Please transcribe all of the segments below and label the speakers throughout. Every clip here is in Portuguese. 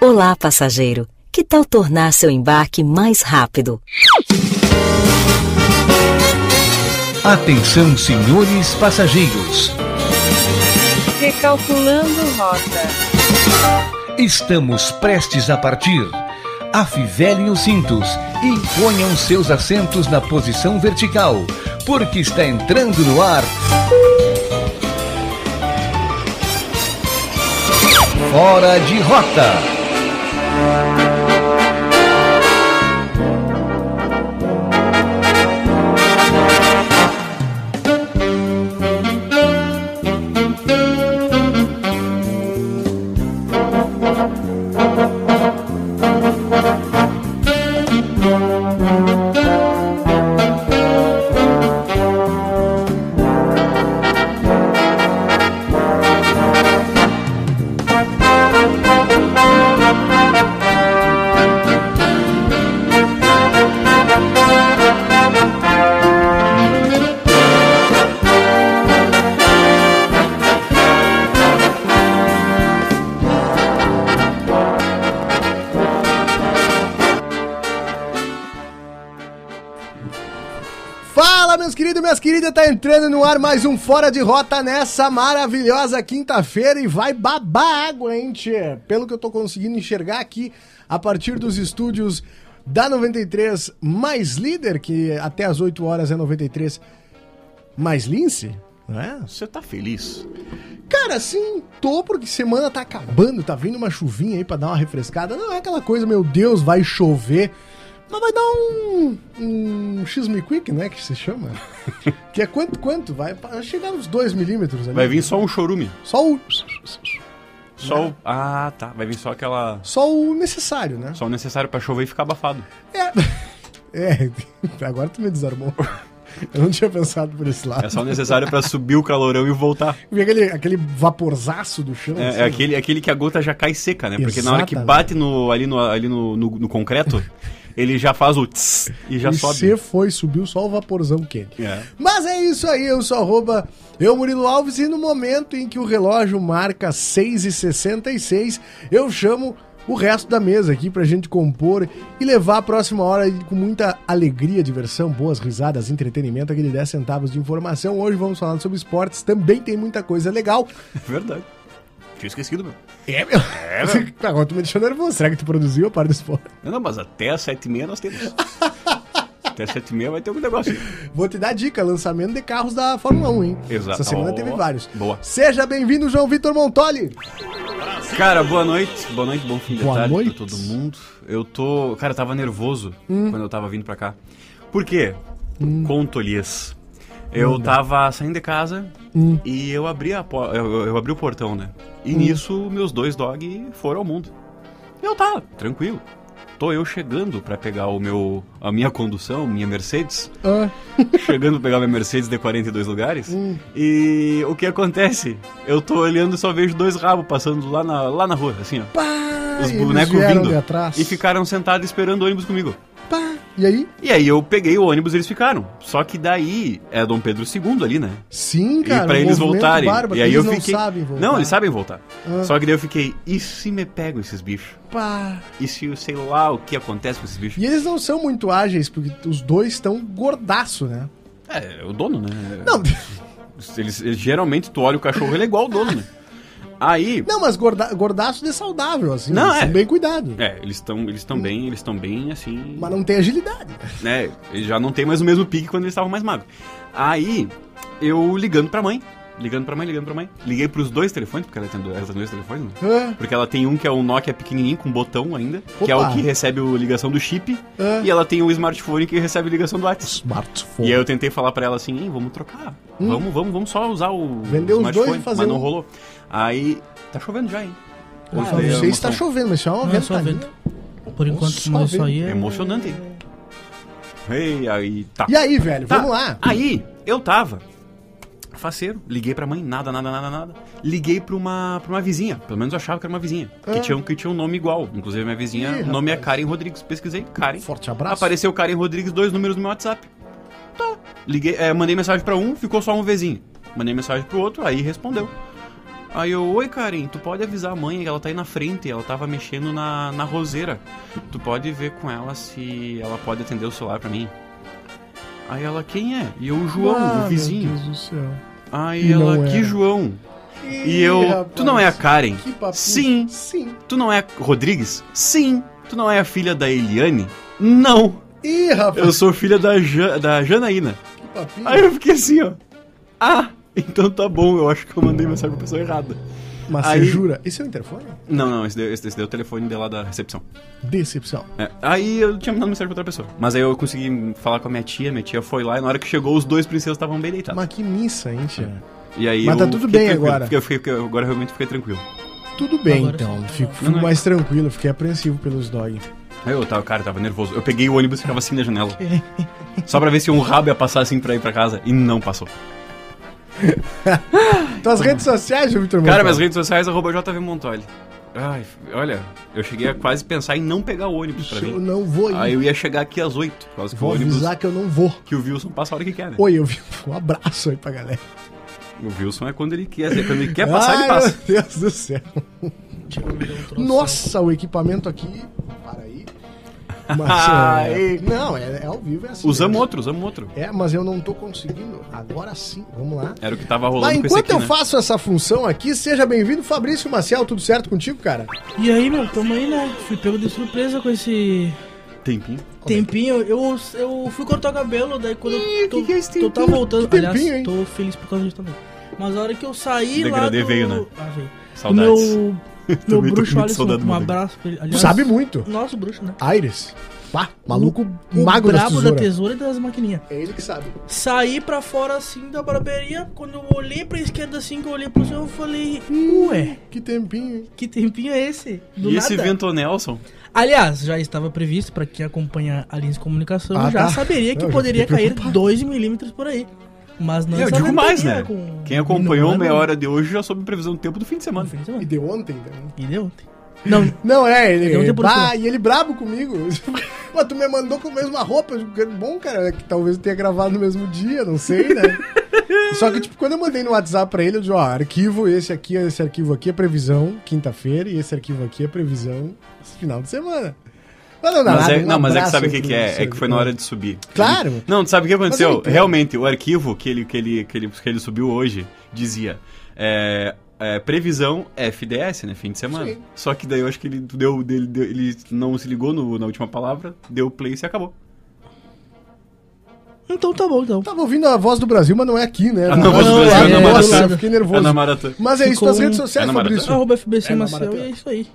Speaker 1: Olá, passageiro. Que tal tornar seu embarque mais rápido?
Speaker 2: Atenção, senhores passageiros.
Speaker 3: Recalculando rota.
Speaker 2: Estamos prestes a partir. Afivelem os cintos e ponham seus assentos na posição vertical, porque está entrando no ar. Fora de rota.
Speaker 4: Fala, meus queridos e minhas queridas, tá entrando no ar mais um Fora de Rota nessa maravilhosa quinta-feira e vai babar água, hein, tchê? Pelo que eu tô conseguindo enxergar aqui, a partir dos estúdios da 93 mais líder, que até as 8 horas é 93 mais lince, não é?
Speaker 5: Você tá feliz?
Speaker 4: Cara, sim, tô, porque semana tá acabando, tá vindo uma chuvinha aí pra dar uma refrescada. Não é aquela coisa, meu Deus, vai chover. Mas vai dar um. Um X-Me Quick, né? Que se chama. que é quanto, quanto? Vai pa- chegar uns 2 milímetros ali.
Speaker 5: Vai vir só um chorume.
Speaker 4: Só o,
Speaker 5: Só o... Ah, tá. Vai vir só aquela...
Speaker 4: só o necessário, né?
Speaker 5: Só o necessário pra chover e ficar abafado.
Speaker 4: É. é, agora tu me desarmou. Eu não tinha pensado por esse lado.
Speaker 5: É só o necessário pra subir o calorão e voltar.
Speaker 4: E aquele, aquele vaporzaço do chão.
Speaker 5: É,
Speaker 4: assim,
Speaker 5: é aquele, é aquele que a gota já cai seca, né? Porque na hora que
Speaker 4: Exatamente.
Speaker 5: bate no, ali, no, ali no, no, no concreto, ele já faz o tss e já
Speaker 4: e
Speaker 5: sobe.
Speaker 4: você foi, subiu só o vaporzão quente.
Speaker 5: É.
Speaker 4: Mas é isso aí, eu sou arroba eu, Murilo Alves, e no momento em que o relógio marca 6h66, eu chamo o resto da mesa aqui pra gente compor e levar a próxima hora aí com muita alegria, diversão, boas risadas, entretenimento, aquele 10 centavos de informação. Hoje vamos falar sobre esportes, também tem muita coisa legal.
Speaker 5: É Verdade. Tinha esquecido, meu.
Speaker 4: É, meu. Tá, Agora tu me deixou nervoso. Será que tu produziu a parte do esporte?
Speaker 5: Não, mas até as sete e meia nós temos. até sete e meia vai ter algum negócio.
Speaker 4: Vou te dar dica, lançamento de carros da Fórmula 1, hein?
Speaker 5: Exato.
Speaker 4: Essa semana
Speaker 5: Ó,
Speaker 4: teve vários.
Speaker 5: boa.
Speaker 4: Seja bem-vindo, João Vitor Montoli.
Speaker 5: Cara, boa noite. Boa noite, bom fim de
Speaker 4: Boa
Speaker 5: tarde
Speaker 4: noite.
Speaker 5: pra todo mundo. Eu tô. Cara, eu tava nervoso quando eu tava vindo pra cá. Por quê? Conto-lhes. Eu tava saindo de casa e eu abri, a po- eu, eu abri o portão, né? E nisso, meus dois dog foram ao mundo. Eu tá, tranquilo. Tô eu chegando pra pegar o meu, a minha condução, minha Mercedes. Chegando pra pegar minha Mercedes de 42 lugares.
Speaker 4: Hum.
Speaker 5: E o que acontece? Eu tô olhando e só vejo dois rabos passando lá na, lá na rua, assim, ó.
Speaker 4: Pá,
Speaker 5: Os
Speaker 4: eles
Speaker 5: bonecos
Speaker 4: vieram
Speaker 5: vindo
Speaker 4: de atrás.
Speaker 5: e ficaram sentados esperando o ônibus comigo.
Speaker 4: Pá. E aí?
Speaker 5: E aí eu peguei o ônibus e eles ficaram. Só que daí é Dom Pedro II ali, né?
Speaker 4: Sim, cara.
Speaker 5: e pra
Speaker 4: um
Speaker 5: eles
Speaker 4: movimento
Speaker 5: voltarem.
Speaker 4: bárbaro,
Speaker 5: e aí
Speaker 4: eles
Speaker 5: eu
Speaker 4: não
Speaker 5: fiquei.
Speaker 4: sabem voltar.
Speaker 5: Não, eles sabem voltar.
Speaker 4: Ah.
Speaker 5: Só que daí eu fiquei, e se me pegam esses bichos?
Speaker 4: Pá.
Speaker 5: E se eu sei lá o que acontece com esses bichos?
Speaker 4: E eles não são muito ágeis, porque os dois estão gordaço, né?
Speaker 5: É, é o dono, né?
Speaker 4: Não,
Speaker 5: Eles, eles- geralmente tu olha o cachorro, ele é igual o dono, né? Aí.
Speaker 4: não mas gorda, gordaço de saudável, assim.
Speaker 5: Não,
Speaker 4: eles
Speaker 5: é.
Speaker 4: são bem cuidados.
Speaker 5: É, eles estão eles tão bem, eles estão bem assim.
Speaker 4: Mas não tem agilidade.
Speaker 5: né? Eles já não tem mais o mesmo pique quando eles estavam mais magros. Aí, eu ligando pra mãe, ligando pra mãe, ligando pra mãe. Liguei pros dois telefones, porque ela tem, do- ela tem dois telefones, né?
Speaker 4: Ah,
Speaker 5: Porque ela tem um que é um Nokia pequenininho, com botão ainda, que é
Speaker 4: Opa.
Speaker 5: o que recebe a ligação do chip.
Speaker 4: Ah.
Speaker 5: E ela tem um smartphone que recebe ligação do WhatsApp.
Speaker 4: smartphone.
Speaker 5: E aí eu tentei falar pra ela assim, "Ei, vamos trocar. Vamos, vamos, vamos só usar o
Speaker 4: Hum. Vender os dois e
Speaker 5: smartphone,
Speaker 4: fazer
Speaker 5: mas não
Speaker 4: um.
Speaker 5: rolou. Aí, tá chovendo já, hein?
Speaker 4: Ah,
Speaker 5: Hoje
Speaker 4: não
Speaker 5: daí é
Speaker 4: sei se tá
Speaker 5: emoção-
Speaker 4: chovendo, mas isso é uma
Speaker 6: Não, é só
Speaker 4: ventania.
Speaker 6: vento. Por enquanto,
Speaker 4: Só
Speaker 6: não, isso
Speaker 4: vento.
Speaker 6: aí
Speaker 5: É
Speaker 6: é...
Speaker 5: emocionante. Ei, aí tá.
Speaker 4: E aí, velho,
Speaker 5: Tá.
Speaker 4: vamos lá.
Speaker 5: Aí, eu tava. Faceiro, liguei pra mãe, nada, nada, nada, nada. Liguei pra uma, pra uma vizinha, pelo menos eu achava que era uma vizinha.
Speaker 4: Ah.
Speaker 5: Que, tinha, um- que tinha um nome igual. Inclusive, minha vizinha,
Speaker 4: Ih,
Speaker 5: o nome é
Speaker 4: rapaz.
Speaker 5: Karen Rodrigues. Pesquisei, Karen.
Speaker 4: Forte abraço.
Speaker 5: Apareceu Karen Rodrigues, dois números no meu WhatsApp. Tá. Liguei, é, mandei mensagem pra um, ficou só um vizinho. Mandei mensagem pro outro, aí respondeu. Aí eu, oi Karen, tu pode avisar a mãe, ela tá aí na frente, ela tava mexendo na, na roseira. Tu pode ver com ela se ela pode atender o celular pra mim. Aí ela, quem é? E eu, o João,
Speaker 4: Ah,
Speaker 5: o vizinho.
Speaker 4: Meu Deus do céu.
Speaker 5: Aí
Speaker 4: E não
Speaker 5: ela, que
Speaker 4: era.
Speaker 5: João? E
Speaker 4: Ih,
Speaker 5: eu,
Speaker 4: rapaz,
Speaker 5: tu não é a Karen?
Speaker 4: Que papinho.
Speaker 5: Sim.
Speaker 4: Sim.
Speaker 5: Tu não é a Rodrigues? Sim. Tu não é a filha da Eliane? Não.
Speaker 4: Ih, rapaz,
Speaker 5: Eu sou filha da, Ja- da Janaína.
Speaker 4: que papinho.
Speaker 5: Aí eu fiquei assim, ó. Ah, então tá bom, eu acho que eu mandei mensagem pra pessoa errada.
Speaker 4: Mas
Speaker 5: aí-
Speaker 4: você jura? Esse é o interfone?
Speaker 5: Não, não, esse deu, esse, esse deu o telefone dela da recepção.
Speaker 4: Decepção.
Speaker 5: É, aí eu tinha mandado mensagem pra outra pessoa. Mas aí eu consegui falar com a minha tia, minha tia foi lá e na hora que chegou os dois princesas estavam bem deitados.
Speaker 4: Mas que missa, hein, tia?
Speaker 5: E aí
Speaker 4: Mas tá
Speaker 5: eu
Speaker 4: tudo
Speaker 5: fiquei
Speaker 4: bem
Speaker 5: tranquilo,
Speaker 4: agora.
Speaker 5: fiquei- eu fiquei- eu agora eu realmente fiquei tranquilo.
Speaker 4: Tudo bem,
Speaker 3: Agora
Speaker 4: então.
Speaker 3: sim.
Speaker 4: Fico, fico
Speaker 5: não é- Tá
Speaker 4: mais tranquilo, fiquei apreensivo pelos dog.
Speaker 5: Aí eu tava, cara, eu tava nervoso. Eu peguei o ônibus e ficava assim na janela. Só pra ver se um rabo ia passar assim pra ir pra casa. E não passou.
Speaker 4: Tuas redes sociais, João Vitor
Speaker 5: Cara,
Speaker 4: Montoro?
Speaker 5: minhas redes sociais, arroba JV Montoli. Ai, f- olha, eu cheguei a quase pensar em não pegar o ônibus pra
Speaker 4: Eu
Speaker 5: mim.
Speaker 4: não vou ir.
Speaker 5: Aí eu ia chegar aqui às 8, por causa que o
Speaker 4: Vou
Speaker 5: ônibus
Speaker 4: avisar que eu não vou.
Speaker 5: que o Wilson passa a hora que quer, né?
Speaker 4: Oi, eu vi. Um abraço aí pra galera.
Speaker 5: O Wilson é quando ele quer, é quando ele quer passar, ele
Speaker 4: Ai,
Speaker 5: passa.
Speaker 4: Meu Deus do céu.
Speaker 3: Chegou a me dar um troço.
Speaker 4: Nossa, o equipamento aqui. Para aí. Mas, é...
Speaker 5: Ai.
Speaker 4: Não, é, é ao vivo, é assim.
Speaker 5: Usamos
Speaker 4: mesmo.
Speaker 5: outro, usamos outro.
Speaker 4: É, mas eu não tô conseguindo. Agora sim, vamos lá.
Speaker 5: Era o que tava É, rolando
Speaker 4: Mas
Speaker 5: com esse
Speaker 4: enquanto
Speaker 5: aqui,
Speaker 4: eu
Speaker 5: né?
Speaker 4: faço essa função aqui, seja bem-vindo, Fabrício Maciel, tudo certo contigo, cara?
Speaker 3: E aí, meu, tamo aí, né? Fui pego de surpresa com esse
Speaker 5: Tempinho.
Speaker 4: é
Speaker 3: tempinho. Eu, eu fui cortar o cabelo, daí quando eu tô,
Speaker 5: que que é esse
Speaker 3: tô- tava
Speaker 5: tempinho?
Speaker 3: voltando.
Speaker 4: Que tempinho,
Speaker 3: Aliás,
Speaker 4: hein?
Speaker 3: tô feliz por causa disso também. Mas a hora que eu saí lá.
Speaker 5: Degradê
Speaker 3: do-
Speaker 5: veio, né?
Speaker 3: Ah, veio.
Speaker 5: Saudades.
Speaker 3: Meu,
Speaker 5: tô
Speaker 3: meu
Speaker 5: com
Speaker 3: bruxo
Speaker 5: muito
Speaker 3: Alisson,
Speaker 5: saudade do
Speaker 3: um
Speaker 5: meu degradê.
Speaker 3: abraço pra ele.
Speaker 4: Tu
Speaker 3: Aliás,
Speaker 4: sabe muito.
Speaker 3: Nosso bruxo, né?
Speaker 4: Aires. Pá, maluco um
Speaker 3: O
Speaker 4: mago da
Speaker 3: brabo
Speaker 4: tesoura.
Speaker 3: da tesoura e das maquininhas.
Speaker 4: É ele que sabe.
Speaker 3: Saí pra fora assim da barbearia. Quando eu olhei pra esquerda assim, que eu olhei pro céu, eu falei, ué,
Speaker 4: Que tempinho, hein?
Speaker 3: que tempinho é esse? Do
Speaker 5: E esse
Speaker 3: nada.
Speaker 5: vento Nelson?
Speaker 3: Aliás, já estava previsto, pra quem acompanha a Lins Comunicação,
Speaker 4: Ah,
Speaker 3: já
Speaker 4: tá.
Speaker 3: saberia que
Speaker 4: Eu já
Speaker 3: poderia
Speaker 4: fiquei
Speaker 3: cair 2 milímetros por aí. Mas não
Speaker 5: eu
Speaker 3: essa
Speaker 5: digo mais, né?
Speaker 3: ventania com-
Speaker 5: Quem acompanhou
Speaker 3: no
Speaker 5: meia
Speaker 3: ano-
Speaker 5: hora de hoje já soube a previsão do tempo do fim de
Speaker 3: no
Speaker 5: semana.
Speaker 3: fim de
Speaker 4: E
Speaker 3: semana.
Speaker 4: deu ontem também.
Speaker 3: E deu ontem. Não,
Speaker 4: Não, é, ele.
Speaker 3: Ele ontem por
Speaker 4: bah,
Speaker 3: cima.
Speaker 4: e ele brabo comigo. Pô, tu me mandou com a mesma roupa. Eu digo, que Bom, cara, é que talvez eu tenha gravado no mesmo dia, não sei, né? Só que, tipo, quando eu mandei no WhatsApp pra ele, eu disse, ó, arquivo, esse aqui, esse arquivo aqui é previsão, quinta-feira, e esse arquivo aqui é previsão final de semana. Mas não, dá
Speaker 5: Mas
Speaker 4: nada,
Speaker 5: é,
Speaker 4: um
Speaker 5: não, mas é que
Speaker 4: abraço
Speaker 5: sabe o que,
Speaker 4: pro
Speaker 5: que é? É
Speaker 4: Sérgio.
Speaker 5: que foi na hora de subir.
Speaker 4: né? Claro.
Speaker 5: Ele- não, tu sabe o que
Speaker 4: Mas eu
Speaker 5: aconteceu?
Speaker 4: entendo.
Speaker 5: Realmente, o arquivo que ele, que ele, que ele, que ele subiu hoje dizia. é, é, previsão FDS, né? Fim de semana.
Speaker 4: Sim.
Speaker 5: Só que daí eu acho que ele deu. Ele, deu- ele não se ligou no- na última palavra, deu play e acabou.
Speaker 3: então tá bom, então.
Speaker 4: Eu tava ouvindo a voz do Brasil, mas não é aqui, né?
Speaker 5: Ah, não,
Speaker 3: mas o Brasil é na
Speaker 4: Nossa,
Speaker 3: maratona.
Speaker 4: eu fiquei
Speaker 5: É
Speaker 4: nervoso.
Speaker 5: na maratona.
Speaker 4: mas é isso,
Speaker 3: Ficou
Speaker 4: tuas redes
Speaker 3: um-
Speaker 4: sociais,
Speaker 5: é na
Speaker 4: Fabrício.
Speaker 3: Arroba FBC
Speaker 4: É na
Speaker 3: Maciel
Speaker 4: maratona.
Speaker 3: e é isso aí.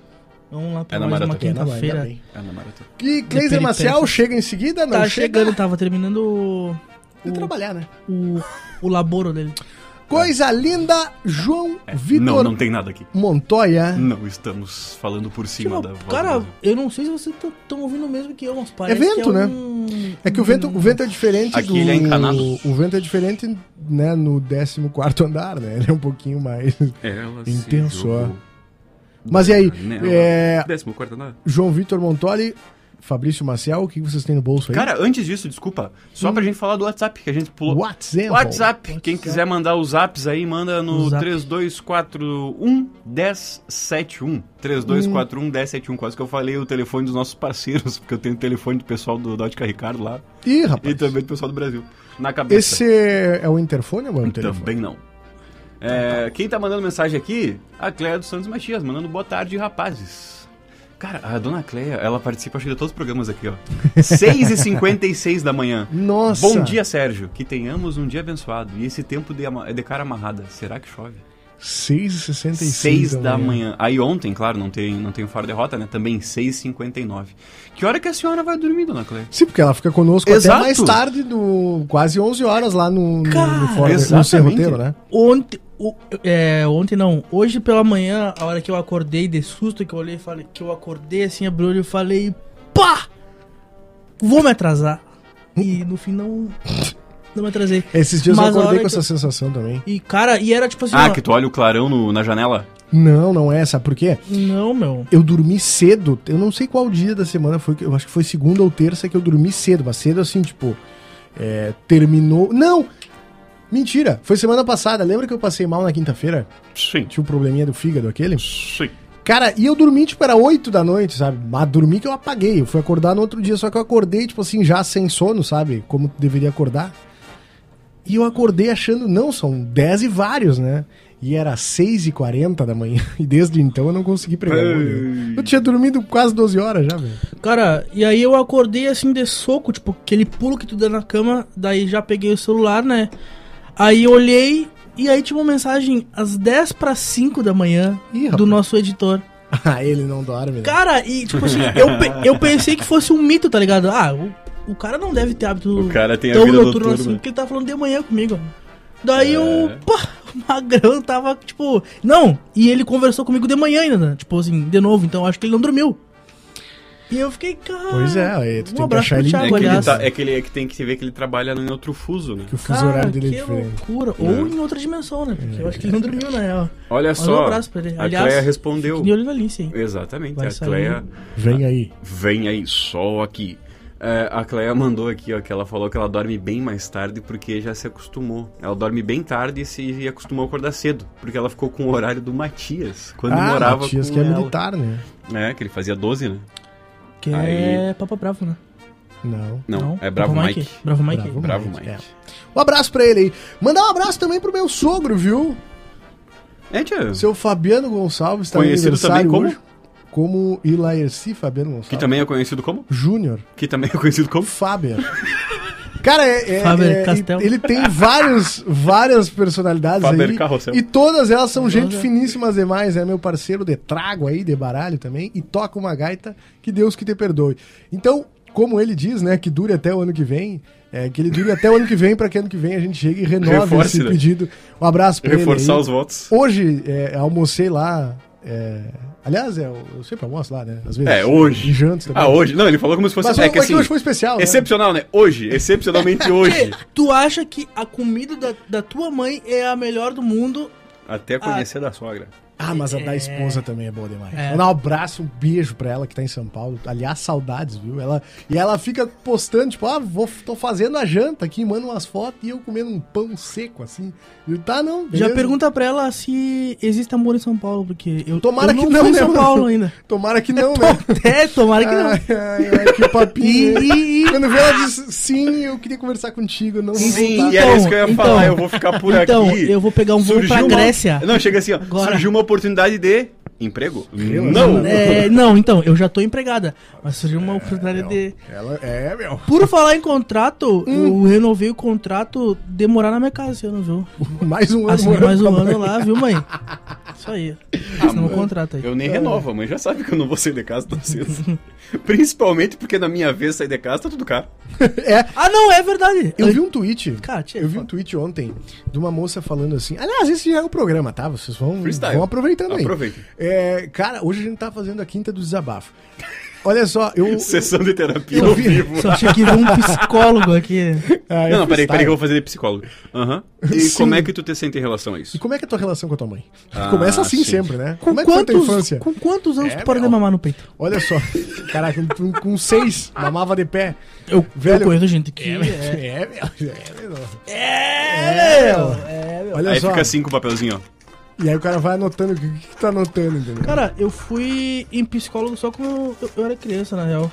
Speaker 3: Vamos lá pra
Speaker 5: É na
Speaker 3: mais uma
Speaker 5: maratona.
Speaker 3: quinta-feira.
Speaker 5: É na maratona.
Speaker 4: E Cleiser
Speaker 3: peripécia.
Speaker 4: Maciel chega em seguida? Não
Speaker 3: Tá
Speaker 4: chega.
Speaker 3: chegando, tava terminando o.
Speaker 4: Tem que trabalhar, né?
Speaker 3: O, o laboro dele.
Speaker 4: Coisa linda, João
Speaker 5: É, Não,
Speaker 4: Vitor
Speaker 5: não tem nada aqui.
Speaker 4: Montoya.
Speaker 5: Não estamos falando por cima da
Speaker 3: Tipo,
Speaker 5: voz
Speaker 3: cara,
Speaker 5: do Brasil.
Speaker 3: eu não sei se vocês estão ouvindo o mesmo que eu, mas parece
Speaker 4: vento,
Speaker 3: que é
Speaker 4: né?
Speaker 3: um-
Speaker 4: É que o vento, o vento é diferente
Speaker 5: Aqui
Speaker 4: do...
Speaker 5: ele é encanado.
Speaker 4: O vento é diferente, né, no 14º andar, né? Ele é um pouquinho mais...
Speaker 5: Ela se
Speaker 4: Intenso,
Speaker 5: jogou
Speaker 4: ó. Mas e aí,
Speaker 5: nela.
Speaker 4: é,
Speaker 5: Décimo quarto andar.
Speaker 4: João Vitor Montoli, Fabrício Maciel, o que vocês têm no bolso aí?
Speaker 5: Cara, antes disso, desculpa, só
Speaker 4: Hum.
Speaker 5: pra gente falar do WhatsApp que a gente pulou.
Speaker 4: WhatsApp.
Speaker 5: WhatsApp, um quem quiser mandar os apps aí, manda no
Speaker 3: Zap.
Speaker 5: 3241 1071. 3241 1071, quase que eu falei o telefone dos nossos parceiros, porque eu tenho o telefone do pessoal do Dótica Ricardo lá
Speaker 4: Ih,
Speaker 5: e
Speaker 4: rapaz.
Speaker 5: também do pessoal do Brasil. Na cabeça.
Speaker 4: Esse é o interfone ou é o telefone?
Speaker 5: Também não. É, quem tá mandando mensagem aqui? A Cleia dos Santos Matias, mandando boa tarde, rapazes. Cara, a dona Cleia, ela participa acho que de todos os programas aqui, ó. 6h56 da manhã.
Speaker 4: Nossa.
Speaker 5: Bom dia, Sérgio. Que tenhamos um dia abençoado. E esse tempo de, ama- de cara amarrada. Será que chove?
Speaker 4: 6h66
Speaker 5: 6 da manhã. Aí ontem, claro, não tem, não tem o fora derrota, né? Também 6h59. Que hora que a senhora vai dormir, dona Cleia?
Speaker 4: Sim, porque ela fica conosco
Speaker 5: Exato.
Speaker 4: até mais tarde, do, quase 11 horas lá no, no, no,
Speaker 3: Cara,
Speaker 4: fora, no
Speaker 5: exatamente.
Speaker 4: serroteiro, né?
Speaker 3: Ontem. o- é, ontem não. Hoje pela manhã, a hora que eu acordei de susto, que eu olhei e falei. Que eu acordei assim, abri o olho e falei. Pá! Vou me atrasar. E no fim não. Não me atrasei.
Speaker 4: Esses dias
Speaker 3: Mas a
Speaker 4: eu acordei
Speaker 3: hora
Speaker 4: com
Speaker 3: que
Speaker 4: essa
Speaker 3: eu-
Speaker 4: sensação também.
Speaker 3: E cara, e era tipo assim.
Speaker 5: Ah,
Speaker 3: ó,
Speaker 5: que tu olha o clarão no- na janela?
Speaker 4: Não, não é, sabe por quê?
Speaker 3: Não, meu.
Speaker 4: Eu dormi cedo, eu não sei qual dia da semana foi, que- eu acho que foi segunda ou terça que eu dormi cedo, mas cedo assim, tipo, é, terminou. Não! Mentira, foi semana passada. Lembra que eu passei mal na quinta-feira?
Speaker 5: Sim.
Speaker 4: Tinha um probleminha do fígado aquele?
Speaker 5: Sim.
Speaker 4: Cara, e eu dormi, tipo, era 8 da noite, sabe? Mas dormi que eu apaguei. Eu fui acordar no outro dia, só que eu acordei, tipo assim, já sem sono, sabe? Como deveria acordar. E eu acordei achando, não, são 10 e vários, né? E era 6h40 da manhã. E desde então eu não consegui pregar o olho. Eu tinha dormido quase 12 horas já, velho.
Speaker 3: Cara, e aí eu acordei assim de soco, tipo, aquele pulo que tu dá na cama, daí já peguei o celular, né? Aí eu olhei e aí tinha uma mensagem às 10 para 5 da manhã
Speaker 4: Ih,
Speaker 3: do
Speaker 4: rapaz.
Speaker 3: nosso editor.
Speaker 4: Ah, ele não dorme, né?
Speaker 3: Cara, e tipo assim, eu, pe- eu pensei que fosse um mito, tá ligado? Ah, o, o cara não deve ter hábito
Speaker 5: O cara tem a
Speaker 3: tão
Speaker 5: vida
Speaker 3: noturno
Speaker 5: noturna. É.
Speaker 3: assim, porque ele tava falando de manhã comigo. Daí eu, pô, o magrão tava, tipo. Não, e ele conversou comigo de manhã ainda, né? tipo assim, de novo, então acho que ele não dormiu. E eu fiquei, cara. um
Speaker 4: Pois é, aí tu tem que
Speaker 3: abraço
Speaker 4: achar
Speaker 3: pro
Speaker 4: ele-
Speaker 5: É
Speaker 3: Thiago,
Speaker 5: que, ele
Speaker 3: aliás.
Speaker 5: tá- é que ele- é que tem que se ver que ele trabalha em outro fuso, né?
Speaker 4: Que o fuso
Speaker 3: Cara,
Speaker 4: horário dele é
Speaker 3: que
Speaker 4: diferente.
Speaker 3: loucura. Ou em outra dimensão, né? Porque eu acho que ele não dormiu, na real.
Speaker 5: Olha
Speaker 3: Mas um
Speaker 5: É. só,
Speaker 3: abraço pra ele.
Speaker 5: a
Speaker 3: Aliás,
Speaker 5: Cleia respondeu. É.
Speaker 3: E olho na Alice, hein?
Speaker 5: Exatamente,
Speaker 3: Vai
Speaker 5: a
Speaker 3: sair.
Speaker 5: Cleia...
Speaker 4: Vem aí.
Speaker 5: Vem aí, sol aqui. É, a Cleia mandou aqui, ó, que ela falou que ela dorme bem mais tarde porque já se acostumou. Ela dorme bem tarde e se acostumou a acordar cedo, porque ela ficou com o horário do Matias, quando
Speaker 4: ah,
Speaker 5: morava
Speaker 4: Matias
Speaker 5: com
Speaker 4: que é
Speaker 5: ela.
Speaker 4: militar, né?
Speaker 5: É, que ele fazia 12, né?
Speaker 3: Que é
Speaker 5: Aí.
Speaker 3: Papa Bravo, né?
Speaker 4: Não.
Speaker 5: Não, é Bravo Mike.
Speaker 3: Bravo tá Mike.
Speaker 4: Bravo
Speaker 5: Bravo
Speaker 4: Mike,
Speaker 5: Mike.
Speaker 4: Um abraço pra ele aí. Mandar um abraço também pro meu sogro, viu?
Speaker 5: É, tia,
Speaker 4: Seu Fabiano Gonçalves tá
Speaker 5: Conhecido
Speaker 4: de aniversário
Speaker 5: também
Speaker 4: hoje. Como Ilaerci Fabiano Gonçalves.
Speaker 5: que também é conhecido como?
Speaker 4: Júnior.
Speaker 5: Que também é conhecido como?
Speaker 4: Faber. Cara, é, é-
Speaker 3: Faber
Speaker 4: é-
Speaker 3: Castel.
Speaker 4: ele tem vários, várias personalidades
Speaker 5: Faber
Speaker 4: aí.
Speaker 5: Carrossel.
Speaker 4: E todas elas são gente
Speaker 3: é.
Speaker 4: finíssimas demais. É meu parceiro de trago aí, de baralho também. E toca uma gaita, que Deus que te perdoe. Então, como ele diz, né, que dure até o ano que vem. é, que ele dure até o ano que vem, pra que ano que vem a gente chegue e renove
Speaker 5: Reforce,
Speaker 4: esse
Speaker 5: né?
Speaker 4: pedido. Um abraço pra ele.
Speaker 5: Reforçar
Speaker 4: aí.
Speaker 5: os votos.
Speaker 4: Hoje, é, almocei lá. é, Aliás, é, eu sempre almoço lá, né? Às vezes.
Speaker 5: É, hoje.
Speaker 4: E janto também.
Speaker 5: Ah, hoje? Não, ele falou como se fosse...
Speaker 4: Mas
Speaker 5: é
Speaker 4: hoje-
Speaker 5: que
Speaker 4: mas
Speaker 5: assim,
Speaker 4: que hoje foi especial, né?
Speaker 5: Excepcional, né? Hoje, excepcionalmente hoje.
Speaker 3: Tchê, Tu acha que a comida da, da tua mãe é a melhor do mundo?
Speaker 5: Até conhecer da sogra.
Speaker 4: Ah, mas a da esposa também é boa demais.
Speaker 3: É.
Speaker 4: Mandar um abraço, um beijo pra ela que tá em São Paulo. Aliás, saudades, viu? Ela, e ela fica postando, tipo, ah, vou, tô fazendo a janta aqui, manda umas fotos e eu comendo um pão seco, assim. E eu, tá, não.
Speaker 3: Já
Speaker 4: beleza.
Speaker 3: pergunta pra ela se existe amor em São Paulo, porque eu,
Speaker 4: Tomara
Speaker 3: eu
Speaker 4: que não,
Speaker 3: fui em
Speaker 4: né,
Speaker 3: São
Speaker 4: mano? Ah.
Speaker 3: Paulo ainda.
Speaker 4: Tomara que não, né?
Speaker 3: É, tomara que não.
Speaker 4: Ai, ai, ai, que papinho. né?
Speaker 3: E- e-
Speaker 4: Quando vê ela diz, sim, eu queria conversar contigo, não vou
Speaker 5: Sim,
Speaker 4: voltar."
Speaker 5: e era isso que eu ia
Speaker 3: Então,
Speaker 5: falar. Eu vou ficar por
Speaker 3: então,
Speaker 5: aqui.
Speaker 3: eu vou pegar um voo
Speaker 5: Surgiu
Speaker 3: pra
Speaker 5: uma-
Speaker 3: Grécia.
Speaker 5: Não, chega assim, ó.
Speaker 3: Agora.
Speaker 5: Surgiu uma oportunidade de emprego?
Speaker 4: Relacionamento.
Speaker 5: Não.
Speaker 3: É, não, então, eu já tô empregada. Mas surgiu uma oportunidade de.
Speaker 4: Ela, é, meu.
Speaker 3: Por falar em contrato,
Speaker 4: Hum.
Speaker 3: eu renovei o contrato de morar na minha casa esse ano, viu?
Speaker 4: Mais um ano
Speaker 3: Assinei
Speaker 4: morando
Speaker 3: mais
Speaker 4: com a
Speaker 3: um
Speaker 4: mãe.
Speaker 3: ano lá, viu, mãe? Isso aí. Assinou um contrato aí.
Speaker 5: Eu nem renovo, a mãe já sabe que eu não vou sair de casa tão cedo. Principalmente porque na minha vez sair de casa tá tudo caro.
Speaker 4: É,
Speaker 3: Ah, não, é verdade.
Speaker 4: Eu vi um tweet.
Speaker 3: Cara, tia,
Speaker 4: eu vi um
Speaker 3: foda.
Speaker 4: tweet ontem de uma moça falando assim. Aliás, esse já é o programa, tá? Vocês vão,
Speaker 5: Freestyle.
Speaker 4: vão aproveitando aí.
Speaker 5: Aproveita.
Speaker 4: É, cara, hoje a gente tá fazendo a quinta do desabafo. Olha só, eu.
Speaker 5: Sessão de terapia
Speaker 4: eu
Speaker 5: ao
Speaker 4: vi-
Speaker 5: vivo.
Speaker 3: Só tinha que vir um psicólogo aqui.
Speaker 4: Ah, é
Speaker 5: Não, não,
Speaker 4: freestyle.
Speaker 5: peraí, peraí que eu vou fazer de psicólogo. Aham. E
Speaker 4: Sim.
Speaker 5: como é que tu te sente em relação a
Speaker 4: E
Speaker 5: isso?
Speaker 4: como é que é a tua relação com a tua mãe?
Speaker 5: Ah,
Speaker 4: Começa assim
Speaker 5: sim.
Speaker 4: sempre, né?
Speaker 3: Com
Speaker 4: como é que foi a tua
Speaker 3: quantos,
Speaker 4: infância?
Speaker 3: com quantos anos
Speaker 4: É,
Speaker 3: tu parou de
Speaker 4: meu.
Speaker 3: mamar no peito?
Speaker 4: Olha só. Caraca, com, com seis, mamava de pé.
Speaker 3: Eu,
Speaker 4: Velho-
Speaker 3: eu conheço gente que.
Speaker 4: É, é, meu. É, meu.
Speaker 3: É, meu. É, meu.
Speaker 4: Olha
Speaker 5: Aí
Speaker 4: só.
Speaker 5: fica assim com o papelzinho, ó.
Speaker 4: E aí o cara vai anotando o que, o que tá anotando, entendeu?
Speaker 3: Cara, eu fui em psicólogo só quando eu, eu era criança, na real.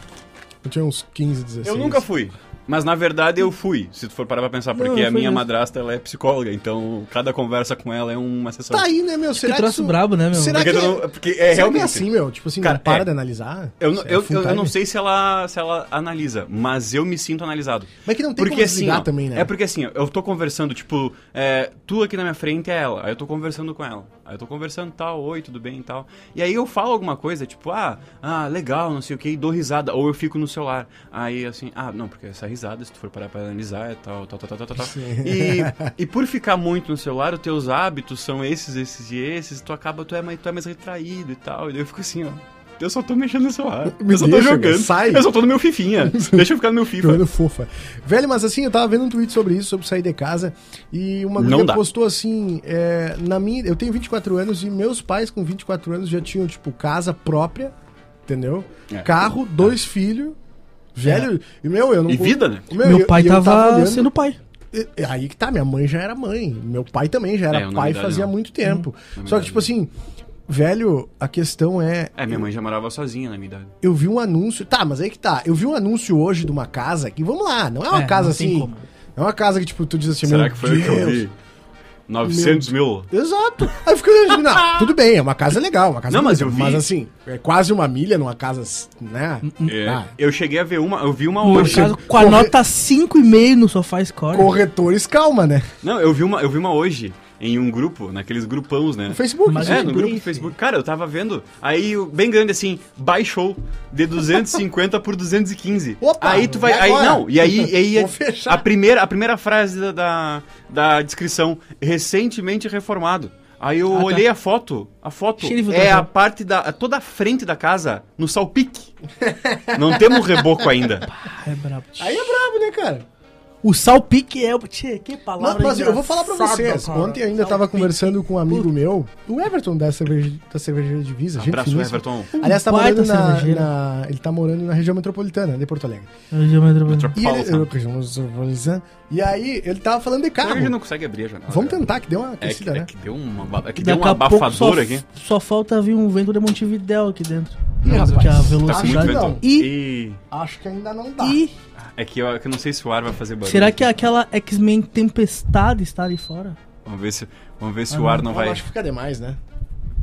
Speaker 4: eu tinha uns 15, 16.
Speaker 5: Eu nunca fui. Mas na verdade eu fui, se tu for parar pra pensar,
Speaker 3: Não,
Speaker 5: porque
Speaker 3: eu
Speaker 5: a
Speaker 3: fui
Speaker 5: minha
Speaker 3: mesmo.
Speaker 5: madrasta ela é psicóloga, então cada conversa com ela é uma sessão.
Speaker 4: Tá aí, né, meu? Será
Speaker 3: troço
Speaker 4: isso-
Speaker 3: brabo, né, meu?
Speaker 4: Será
Speaker 5: Porque,
Speaker 4: que...
Speaker 5: tu não- porque é
Speaker 4: Será que
Speaker 5: realmente.
Speaker 4: é assim, meu. Tipo assim,
Speaker 5: Cara,
Speaker 4: não para
Speaker 5: é.
Speaker 4: de analisar.
Speaker 5: Eu, não-
Speaker 4: Isso é
Speaker 5: eu,
Speaker 4: full
Speaker 5: eu, eu não
Speaker 4: time.
Speaker 5: sei se ela, se ela analisa, mas eu me sinto analisado.
Speaker 4: Mas é que não tem
Speaker 5: Porque
Speaker 4: como
Speaker 5: assim,
Speaker 4: desligar
Speaker 5: ó,
Speaker 4: também, né?
Speaker 5: é porque assim, ó, eu tô conversando, tipo, é, tu aqui na minha frente é ela, aí eu tô conversando com ela, aí eu tô conversando tal, oi, tudo bem e tal. E aí eu falo alguma coisa, tipo, ah, ah, legal, não sei o que, e dou risada, ou eu fico no celular. Aí assim, ah, não, porque essa risada, se tu for parar pra analisar, é tal, tal, tal, tal, tal, tal. tal. E, e por ficar muito no celular, os teus hábitos são esses, esses e esses, tu acaba, tu é mais, tu é mais retraído e tal, e daí eu fico assim, ó. Eu só tô mexendo no celular.
Speaker 4: Me
Speaker 5: eu
Speaker 4: deixa,
Speaker 5: só tô
Speaker 4: meu,
Speaker 5: jogando.
Speaker 4: sai.
Speaker 5: Eu só tô no meu fifinha. deixa eu ficar no meu FIFA.
Speaker 4: Jogando é fofa. Velho, mas assim, eu tava vendo um tweet sobre isso, sobre sair de casa, e uma
Speaker 5: Não
Speaker 4: guria
Speaker 5: dá.
Speaker 4: postou assim, é, na minha, eu tenho 24 anos e meus pais com 24 anos já tinham, tipo, casa própria, entendeu?
Speaker 5: É.
Speaker 4: Carro, dois filhos, velho, e meu, eu não...
Speaker 5: E vida, né?
Speaker 4: Meu,
Speaker 3: Meu
Speaker 4: eu-
Speaker 3: pai
Speaker 4: e eu
Speaker 3: tava
Speaker 4: olhando-
Speaker 3: sendo pai.
Speaker 4: é aí que tá, minha mãe já era mãe, meu pai também já
Speaker 5: É, eu
Speaker 4: era
Speaker 5: na
Speaker 4: pai
Speaker 5: verdade
Speaker 4: fazia
Speaker 5: não.
Speaker 4: muito tempo. Só que,
Speaker 5: verdade
Speaker 4: tipo assim, velho, a questão é.
Speaker 5: É, minha mãe já morava sozinha na minha idade.
Speaker 4: Eu vi um anúncio. Tá, mas aí que tá. Eu vi um anúncio hoje de uma casa que, vamos lá, não é uma
Speaker 3: É,
Speaker 4: casa
Speaker 3: não tem
Speaker 4: assim.
Speaker 3: como.
Speaker 4: É uma casa que, tipo, tu diz assim,
Speaker 5: Será
Speaker 4: meu
Speaker 5: que foi o que eu
Speaker 4: Deus.
Speaker 5: vi? 900 mil.
Speaker 4: Exato. Aí eu fiquei olhando, não, tudo bem, é uma casa legal, uma casa
Speaker 5: Não, mas
Speaker 4: bonita,
Speaker 5: eu vi-
Speaker 4: Mas assim, é quase uma milha numa casa, né?
Speaker 5: É,
Speaker 4: Ah,
Speaker 5: Eu cheguei a ver uma, eu vi uma
Speaker 3: Por
Speaker 5: hoje.
Speaker 3: causa, com a
Speaker 4: corre-
Speaker 3: nota 5,5 no sofá score.
Speaker 4: corretores, calma, né?
Speaker 5: Não, eu vi uma, eu vi uma hoje em um grupo, naqueles grupãos, né?
Speaker 4: No Facebook,
Speaker 3: Mas
Speaker 4: sim.
Speaker 5: É, no grupo do
Speaker 3: Brief.
Speaker 5: Facebook. Cara, eu tava vendo. Aí, o- bem grande assim, baixou de 250 por 215.
Speaker 4: Opa,
Speaker 5: aí tu
Speaker 4: e
Speaker 5: vai. Aí,
Speaker 4: agora?
Speaker 5: não, e aí. aí
Speaker 4: Vou fechar.
Speaker 5: a, primeira, a primeira frase da, da, da descrição: recentemente reformado. Aí eu
Speaker 3: Ah, tá.
Speaker 5: olhei a foto. A foto
Speaker 3: Cheio de
Speaker 5: é a
Speaker 3: fotografia.
Speaker 5: parte da. toda a frente da casa no salpique. não temos reboco ainda.
Speaker 3: Ah, é brabo.
Speaker 4: Aí é brabo, né, cara?
Speaker 3: O salpique é. o- Tchê, que
Speaker 4: Mas,
Speaker 3: palavra.
Speaker 4: mas eu vou falar pra
Speaker 3: engraçada,
Speaker 4: vocês.
Speaker 3: cara.
Speaker 4: Ontem ainda tava
Speaker 3: Salpique.
Speaker 4: conversando com um amigo meu, o Everton da, cerveja, da cervejaria Divisa. Gente
Speaker 5: Abraço,
Speaker 4: finíssima.
Speaker 5: Everton.
Speaker 4: Aliás, tá
Speaker 3: Baita
Speaker 4: morando na,
Speaker 3: cervejeiro.
Speaker 4: na- Ele tá morando na região metropolitana de Porto Alegre.
Speaker 3: Eu já me atropelei.
Speaker 4: E, ele,
Speaker 5: Metropolitan.
Speaker 4: eu- e aí, ele tava falando de
Speaker 5: Será que a gente
Speaker 4: carro.
Speaker 5: não consegue abrir a janela?
Speaker 4: Vamos
Speaker 5: cara?
Speaker 4: tentar, que deu uma
Speaker 5: É que,
Speaker 4: aquecida,
Speaker 5: é
Speaker 4: né?
Speaker 5: que deu uma, é que deu
Speaker 3: Daqui
Speaker 5: uma
Speaker 3: a pouco só,
Speaker 5: abafadora aqui.
Speaker 3: só falta vir um vento de Montevidéu aqui dentro.
Speaker 4: Ih,
Speaker 3: Porque
Speaker 4: rapaz,
Speaker 3: a
Speaker 4: tá com
Speaker 5: Tá com
Speaker 4: Acho que
Speaker 5: muito
Speaker 3: velocidade.
Speaker 4: não.
Speaker 5: vento. E...
Speaker 4: Acho que ainda não dá.
Speaker 3: E
Speaker 5: É que eu, é que eu não sei se o ar vai fazer barulho.
Speaker 3: será que aquela X-Men Tempestade está ali fora?
Speaker 5: Vamos ver se, vamos ver se
Speaker 3: Ah,
Speaker 5: o ar não
Speaker 4: Eu
Speaker 5: vai...
Speaker 4: Acho que fica demais, né?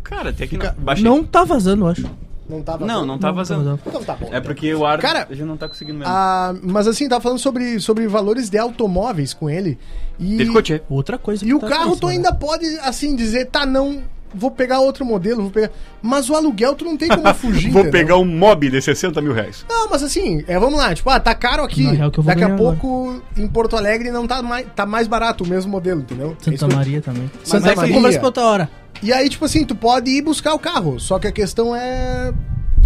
Speaker 5: Cara, até que
Speaker 4: Fica-
Speaker 5: não... Baixei.
Speaker 3: Não tá vazando, eu acho.
Speaker 4: Não tava.
Speaker 5: não, não tá
Speaker 3: Não
Speaker 5: vazando.
Speaker 4: Então tá bom.
Speaker 5: É porque o ar
Speaker 4: Cara,
Speaker 5: a gente não tá conseguindo mesmo.
Speaker 4: Ah, mas assim, tava falando sobre, sobre valores de automóveis com ele. E,
Speaker 5: Teve coche.
Speaker 3: Outra coisa
Speaker 4: e
Speaker 3: que
Speaker 4: o
Speaker 3: tá
Speaker 4: carro tu
Speaker 3: caríssimo,
Speaker 4: ainda pode, assim, dizer, tá, não, vou pegar outro modelo, vou pegar. Mas o aluguel tu não tem como fugir. entendeu?
Speaker 5: um mob de 60 mil reais.
Speaker 4: Não, mas assim, é, vamos lá, tipo, ah, tá caro aqui.
Speaker 3: Na real que eu vou
Speaker 4: Daqui a
Speaker 3: ganhar
Speaker 4: pouco em Porto Alegre não tá mais, tá mais barato o mesmo modelo, entendeu? É isso
Speaker 3: Santa
Speaker 4: que eu-
Speaker 3: Maria também.
Speaker 4: Santa
Speaker 3: Mas é que
Speaker 4: Maria.
Speaker 3: eu converso pra outra hora.
Speaker 4: E aí, tipo assim, tu pode ir buscar o carro, só que a questão é.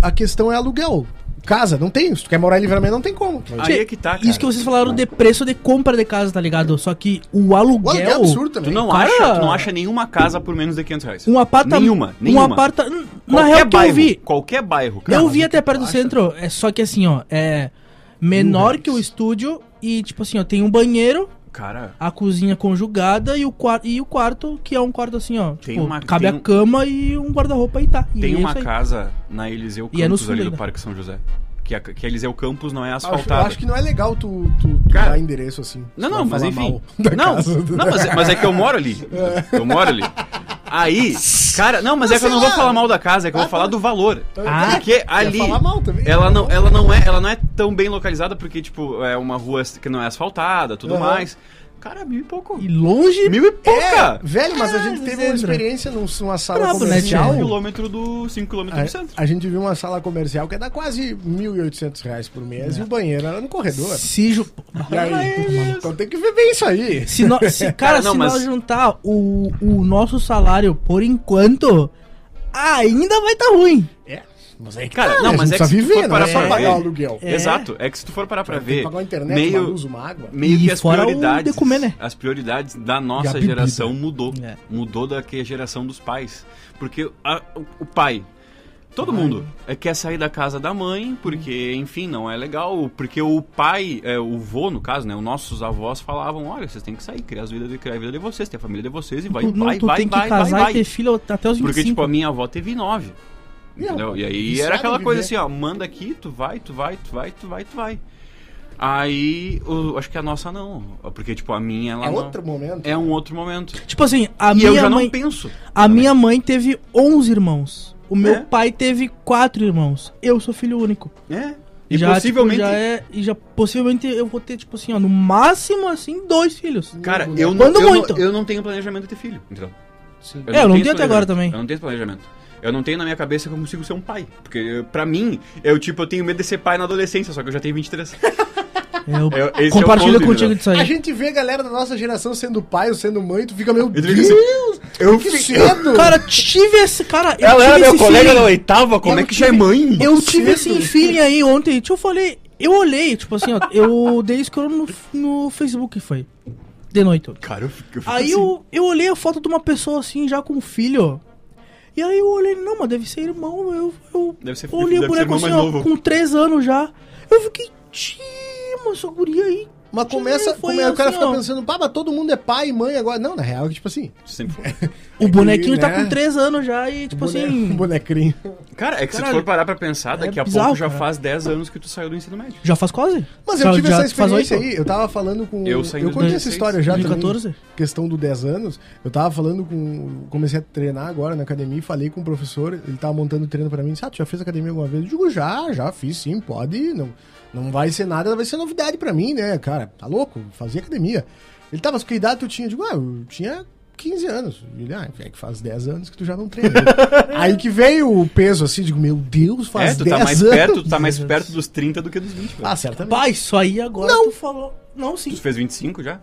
Speaker 4: A questão é aluguel. Casa, não tem. Se tu quer morar em livramento, não tem como.
Speaker 5: Aí é que tá, cara.
Speaker 3: Isso que vocês falaram de preço de compra de casa, tá ligado? Só que o aluguel.
Speaker 4: O aluguel é absurdo também.
Speaker 5: Tu não,
Speaker 3: Cara-
Speaker 5: acha, tu não acha nenhuma casa por menos de 500 reais.
Speaker 3: Um apartamento.
Speaker 5: Nenhuma, nenhuma.
Speaker 3: Um aparta... Na real que eu
Speaker 5: bairro,
Speaker 3: vi.
Speaker 5: Qualquer bairro, cara.
Speaker 3: Eu
Speaker 4: né?
Speaker 3: vi até perto do centro, é só que assim, ó, é menor que o estúdio e tipo assim, ó, tem um banheiro,
Speaker 5: Cara,
Speaker 3: a cozinha conjugada e o quarto e o quarto que é um quarto assim, ó,
Speaker 5: Tem
Speaker 3: tipo,
Speaker 5: uma-
Speaker 3: cabe
Speaker 5: tem
Speaker 3: a
Speaker 5: um-
Speaker 3: cama e um guarda-roupa e tá. E
Speaker 5: tem
Speaker 3: é
Speaker 5: uma
Speaker 3: isso aí.
Speaker 5: casa na Eliseu
Speaker 3: E é no
Speaker 5: Campos
Speaker 3: sul
Speaker 5: ali do
Speaker 3: ainda.
Speaker 5: Parque São José. Que é a, que a Eliseu Campos não é
Speaker 4: Acho- eu
Speaker 5: asfaltada.
Speaker 4: acho que não é legal tu, tu, tu
Speaker 5: Cara-
Speaker 4: dar endereço assim.
Speaker 5: Não,
Speaker 4: Tu
Speaker 5: não,
Speaker 4: vai
Speaker 5: mas
Speaker 4: falar
Speaker 5: enfim.
Speaker 4: mal da
Speaker 5: Não,
Speaker 4: casa né? do- É.
Speaker 5: não mas, é- mas é que eu moro ali. Eu moro ali. Aí, cara, não, mas é que eu não vou
Speaker 4: lá.
Speaker 5: falar mal da casa, é que eu
Speaker 4: Ah,
Speaker 5: vou falar
Speaker 4: tá.
Speaker 5: do valor. É
Speaker 3: Ah,
Speaker 5: porque ali
Speaker 4: falar mal também.
Speaker 5: ela não, ela não é, ela não é tão bem localizada porque tipo é uma rua que não é asfaltada, tudo
Speaker 4: Aham.
Speaker 5: mais. Cara, mil e pouco.
Speaker 3: E longe
Speaker 5: Mil e
Speaker 4: É,
Speaker 5: pouca.
Speaker 4: velho, mas a
Speaker 3: Caralho,
Speaker 4: gente teve uma
Speaker 3: Sandra.
Speaker 4: experiência num- numa sala
Speaker 3: Brabo, né,
Speaker 4: comercial.
Speaker 5: Um quilômetro do 5
Speaker 4: É.
Speaker 5: quilômetros do centro.
Speaker 4: a, a gente viu uma sala comercial que dá quase 1.800 reais por mês e o banheiro era no corredor.
Speaker 3: se ju-
Speaker 4: E aí, então tem que viver isso aí.
Speaker 3: se nó- se- cara,
Speaker 5: Cara, é não,
Speaker 3: se
Speaker 5: mas-
Speaker 3: nós juntar o, o nosso salário por enquanto ainda vai tá ruim.
Speaker 4: É, mas é que
Speaker 5: Cara,
Speaker 4: tá,
Speaker 5: não,
Speaker 4: né?
Speaker 5: mas
Speaker 4: a
Speaker 5: é
Speaker 4: gente
Speaker 5: que
Speaker 4: precisa
Speaker 5: se tu
Speaker 4: viver,
Speaker 5: for
Speaker 4: não é
Speaker 5: parar
Speaker 4: só
Speaker 5: pra
Speaker 4: pagar o
Speaker 5: ver.
Speaker 4: aluguel.
Speaker 3: É.
Speaker 5: Exato, é que se tu for parar pra
Speaker 4: Tem que
Speaker 5: ver,
Speaker 4: pagar uma internet,
Speaker 5: meio
Speaker 4: uma luz, uma água.
Speaker 5: meio
Speaker 3: E
Speaker 5: que as
Speaker 3: fora o
Speaker 5: prioridades,
Speaker 3: de comer, né?
Speaker 5: as prioridades da
Speaker 4: E a
Speaker 5: nossa
Speaker 4: bebida.
Speaker 5: geração mudou,
Speaker 3: É.
Speaker 5: mudou da que a geração dos pais, porque a- o, o pai Todo mundo é, quer sair da casa da mãe, porque, enfim, não é legal. Porque o pai, é, o vô, no caso, né? Os nossos avós falavam: olha, vocês têm que sair, criar, as vidas de, criar a vida de vocês, ter a família de vocês, e vai,
Speaker 3: tu não,
Speaker 5: vai,
Speaker 3: tu
Speaker 5: vai,
Speaker 3: tem que
Speaker 5: vai, vai,
Speaker 3: casar
Speaker 5: vai.
Speaker 3: e ter filho até os 25.
Speaker 5: Porque, tipo, a minha avó teve nove.
Speaker 4: E, é
Speaker 5: Entendeu?
Speaker 4: ó,
Speaker 5: E aí
Speaker 4: viciado
Speaker 5: era
Speaker 4: em
Speaker 5: aquela coisa
Speaker 4: viver.
Speaker 5: assim, ó, manda aqui, tu vai, tu vai, tu vai, tu vai, tu vai. Aí, o- acho que a nossa não. Porque, tipo, a minha, ela
Speaker 4: É
Speaker 5: não-
Speaker 4: outro momento.
Speaker 5: É um outro momento.
Speaker 3: Tipo assim, a
Speaker 5: e
Speaker 3: minha
Speaker 5: eu já
Speaker 3: mãe
Speaker 5: não penso.
Speaker 3: A minha mãe teve 11 irmãos. O meu
Speaker 5: É.
Speaker 3: pai teve 4 irmãos. Eu sou filho único.
Speaker 5: É. E
Speaker 3: já,
Speaker 5: possivelmente...
Speaker 3: Tipo, já é, e já possivelmente eu vou ter, tipo assim, ó, no máximo, assim, dois filhos.
Speaker 5: Cara, eu não,
Speaker 3: um Quando
Speaker 5: eu,
Speaker 3: muito.
Speaker 5: Não, eu não tenho planejamento de ter filho. Então,
Speaker 4: Sim.
Speaker 3: É, eu não
Speaker 5: esse
Speaker 3: tenho até
Speaker 5: planejamento.
Speaker 3: agora também.
Speaker 5: Eu não tenho esse planejamento. Eu não tenho na minha cabeça que eu consigo ser um pai. Porque, pra mim, eu, tipo, eu tenho medo de ser pai na adolescência, só que eu já tenho 23.
Speaker 3: Eu
Speaker 5: Eu- esse é o
Speaker 3: compartilho
Speaker 5: ponto,
Speaker 3: contigo
Speaker 5: entendeu?
Speaker 3: disso
Speaker 4: A
Speaker 3: aí.
Speaker 4: gente vê a galera da nossa geração sendo pai ou sendo mãe, tu fica, meu
Speaker 5: Eu
Speaker 4: Deus,
Speaker 5: digo assim,
Speaker 4: eu que cedo.
Speaker 3: Cara, tive esse. Cara, eu
Speaker 5: Ela
Speaker 3: tive
Speaker 5: era meu colega da
Speaker 3: feeling.
Speaker 5: oitava, como
Speaker 4: Eu
Speaker 5: é que já é mãe?
Speaker 3: Eu tive
Speaker 4: cedo.
Speaker 3: esse feeling aí ontem. Tipo, eu falei. Eu olhei, tipo assim, ó. Eu dei scroll no, no Facebook, foi. De noite.
Speaker 5: Cara, eu fico, eu fico
Speaker 3: Aí
Speaker 5: assim.
Speaker 3: eu, eu olhei a foto de uma pessoa assim, já com um filho. E aí eu olhei, não, mas deve ser irmão. Eu, eu
Speaker 5: Deve ser-
Speaker 3: olhei
Speaker 5: deve
Speaker 3: o boneco
Speaker 5: ser irmão
Speaker 3: assim,
Speaker 5: mais
Speaker 3: ó,
Speaker 5: novo.
Speaker 3: com 3 anos já. Eu fiquei, tia, mas essa guria aí
Speaker 4: Mas começa,
Speaker 3: foi
Speaker 4: come- o cara
Speaker 3: assim,
Speaker 4: fica
Speaker 3: ó.
Speaker 4: pensando, pá, mas todo mundo é pai e mãe agora. Não, na real, é que, tipo assim,
Speaker 5: Sempre foi.
Speaker 3: O bonequinho tá
Speaker 4: né?
Speaker 3: com 3 anos já e, tipo assim,
Speaker 4: bonecrinho.
Speaker 5: Cara, é que se
Speaker 3: Caralho. É
Speaker 5: tu for parar pra pensar, daqui a
Speaker 3: bizarro,
Speaker 5: pouco já
Speaker 3: cara.
Speaker 5: faz 10 anos que tu saiu do ensino médio.
Speaker 3: assim, já faz quase.
Speaker 4: Mas eu
Speaker 3: Já-
Speaker 4: tive
Speaker 3: já
Speaker 4: essa
Speaker 3: faz oito.
Speaker 4: experiência aí, eu tava falando com...
Speaker 5: Eu saí em
Speaker 4: contei
Speaker 5: 2016,
Speaker 4: essa história já
Speaker 3: 2014.
Speaker 4: também, questão do 10 anos. Eu tava falando com... Comecei a treinar agora na academia e falei com o professor, ele tava montando o treino pra mim, disse, ah, tu já fez academia alguma vez? Eu digo, já, já fiz sim, pode, ir, não, não vai ser nada, vai ser novidade pra mim, né, cara, tá louco, fazia academia. Ele tava, mas que idade tu tinha? Eu digo, ah, eu tinha... 15 anos. Ele, ah, é que faz 10 anos que tu já não treina. Aí que veio o peso assim, digo, meu Deus, faz
Speaker 5: é, tu
Speaker 4: 10
Speaker 5: tá mais
Speaker 4: anos.
Speaker 5: perto, tu tá mais perto dos 30 do que dos 20, velho.
Speaker 4: Ah, certamente.
Speaker 3: Pai, isso aí agora
Speaker 4: Não.
Speaker 3: tu falou. Não,
Speaker 5: Tu
Speaker 3: sim.
Speaker 5: fez 25 já?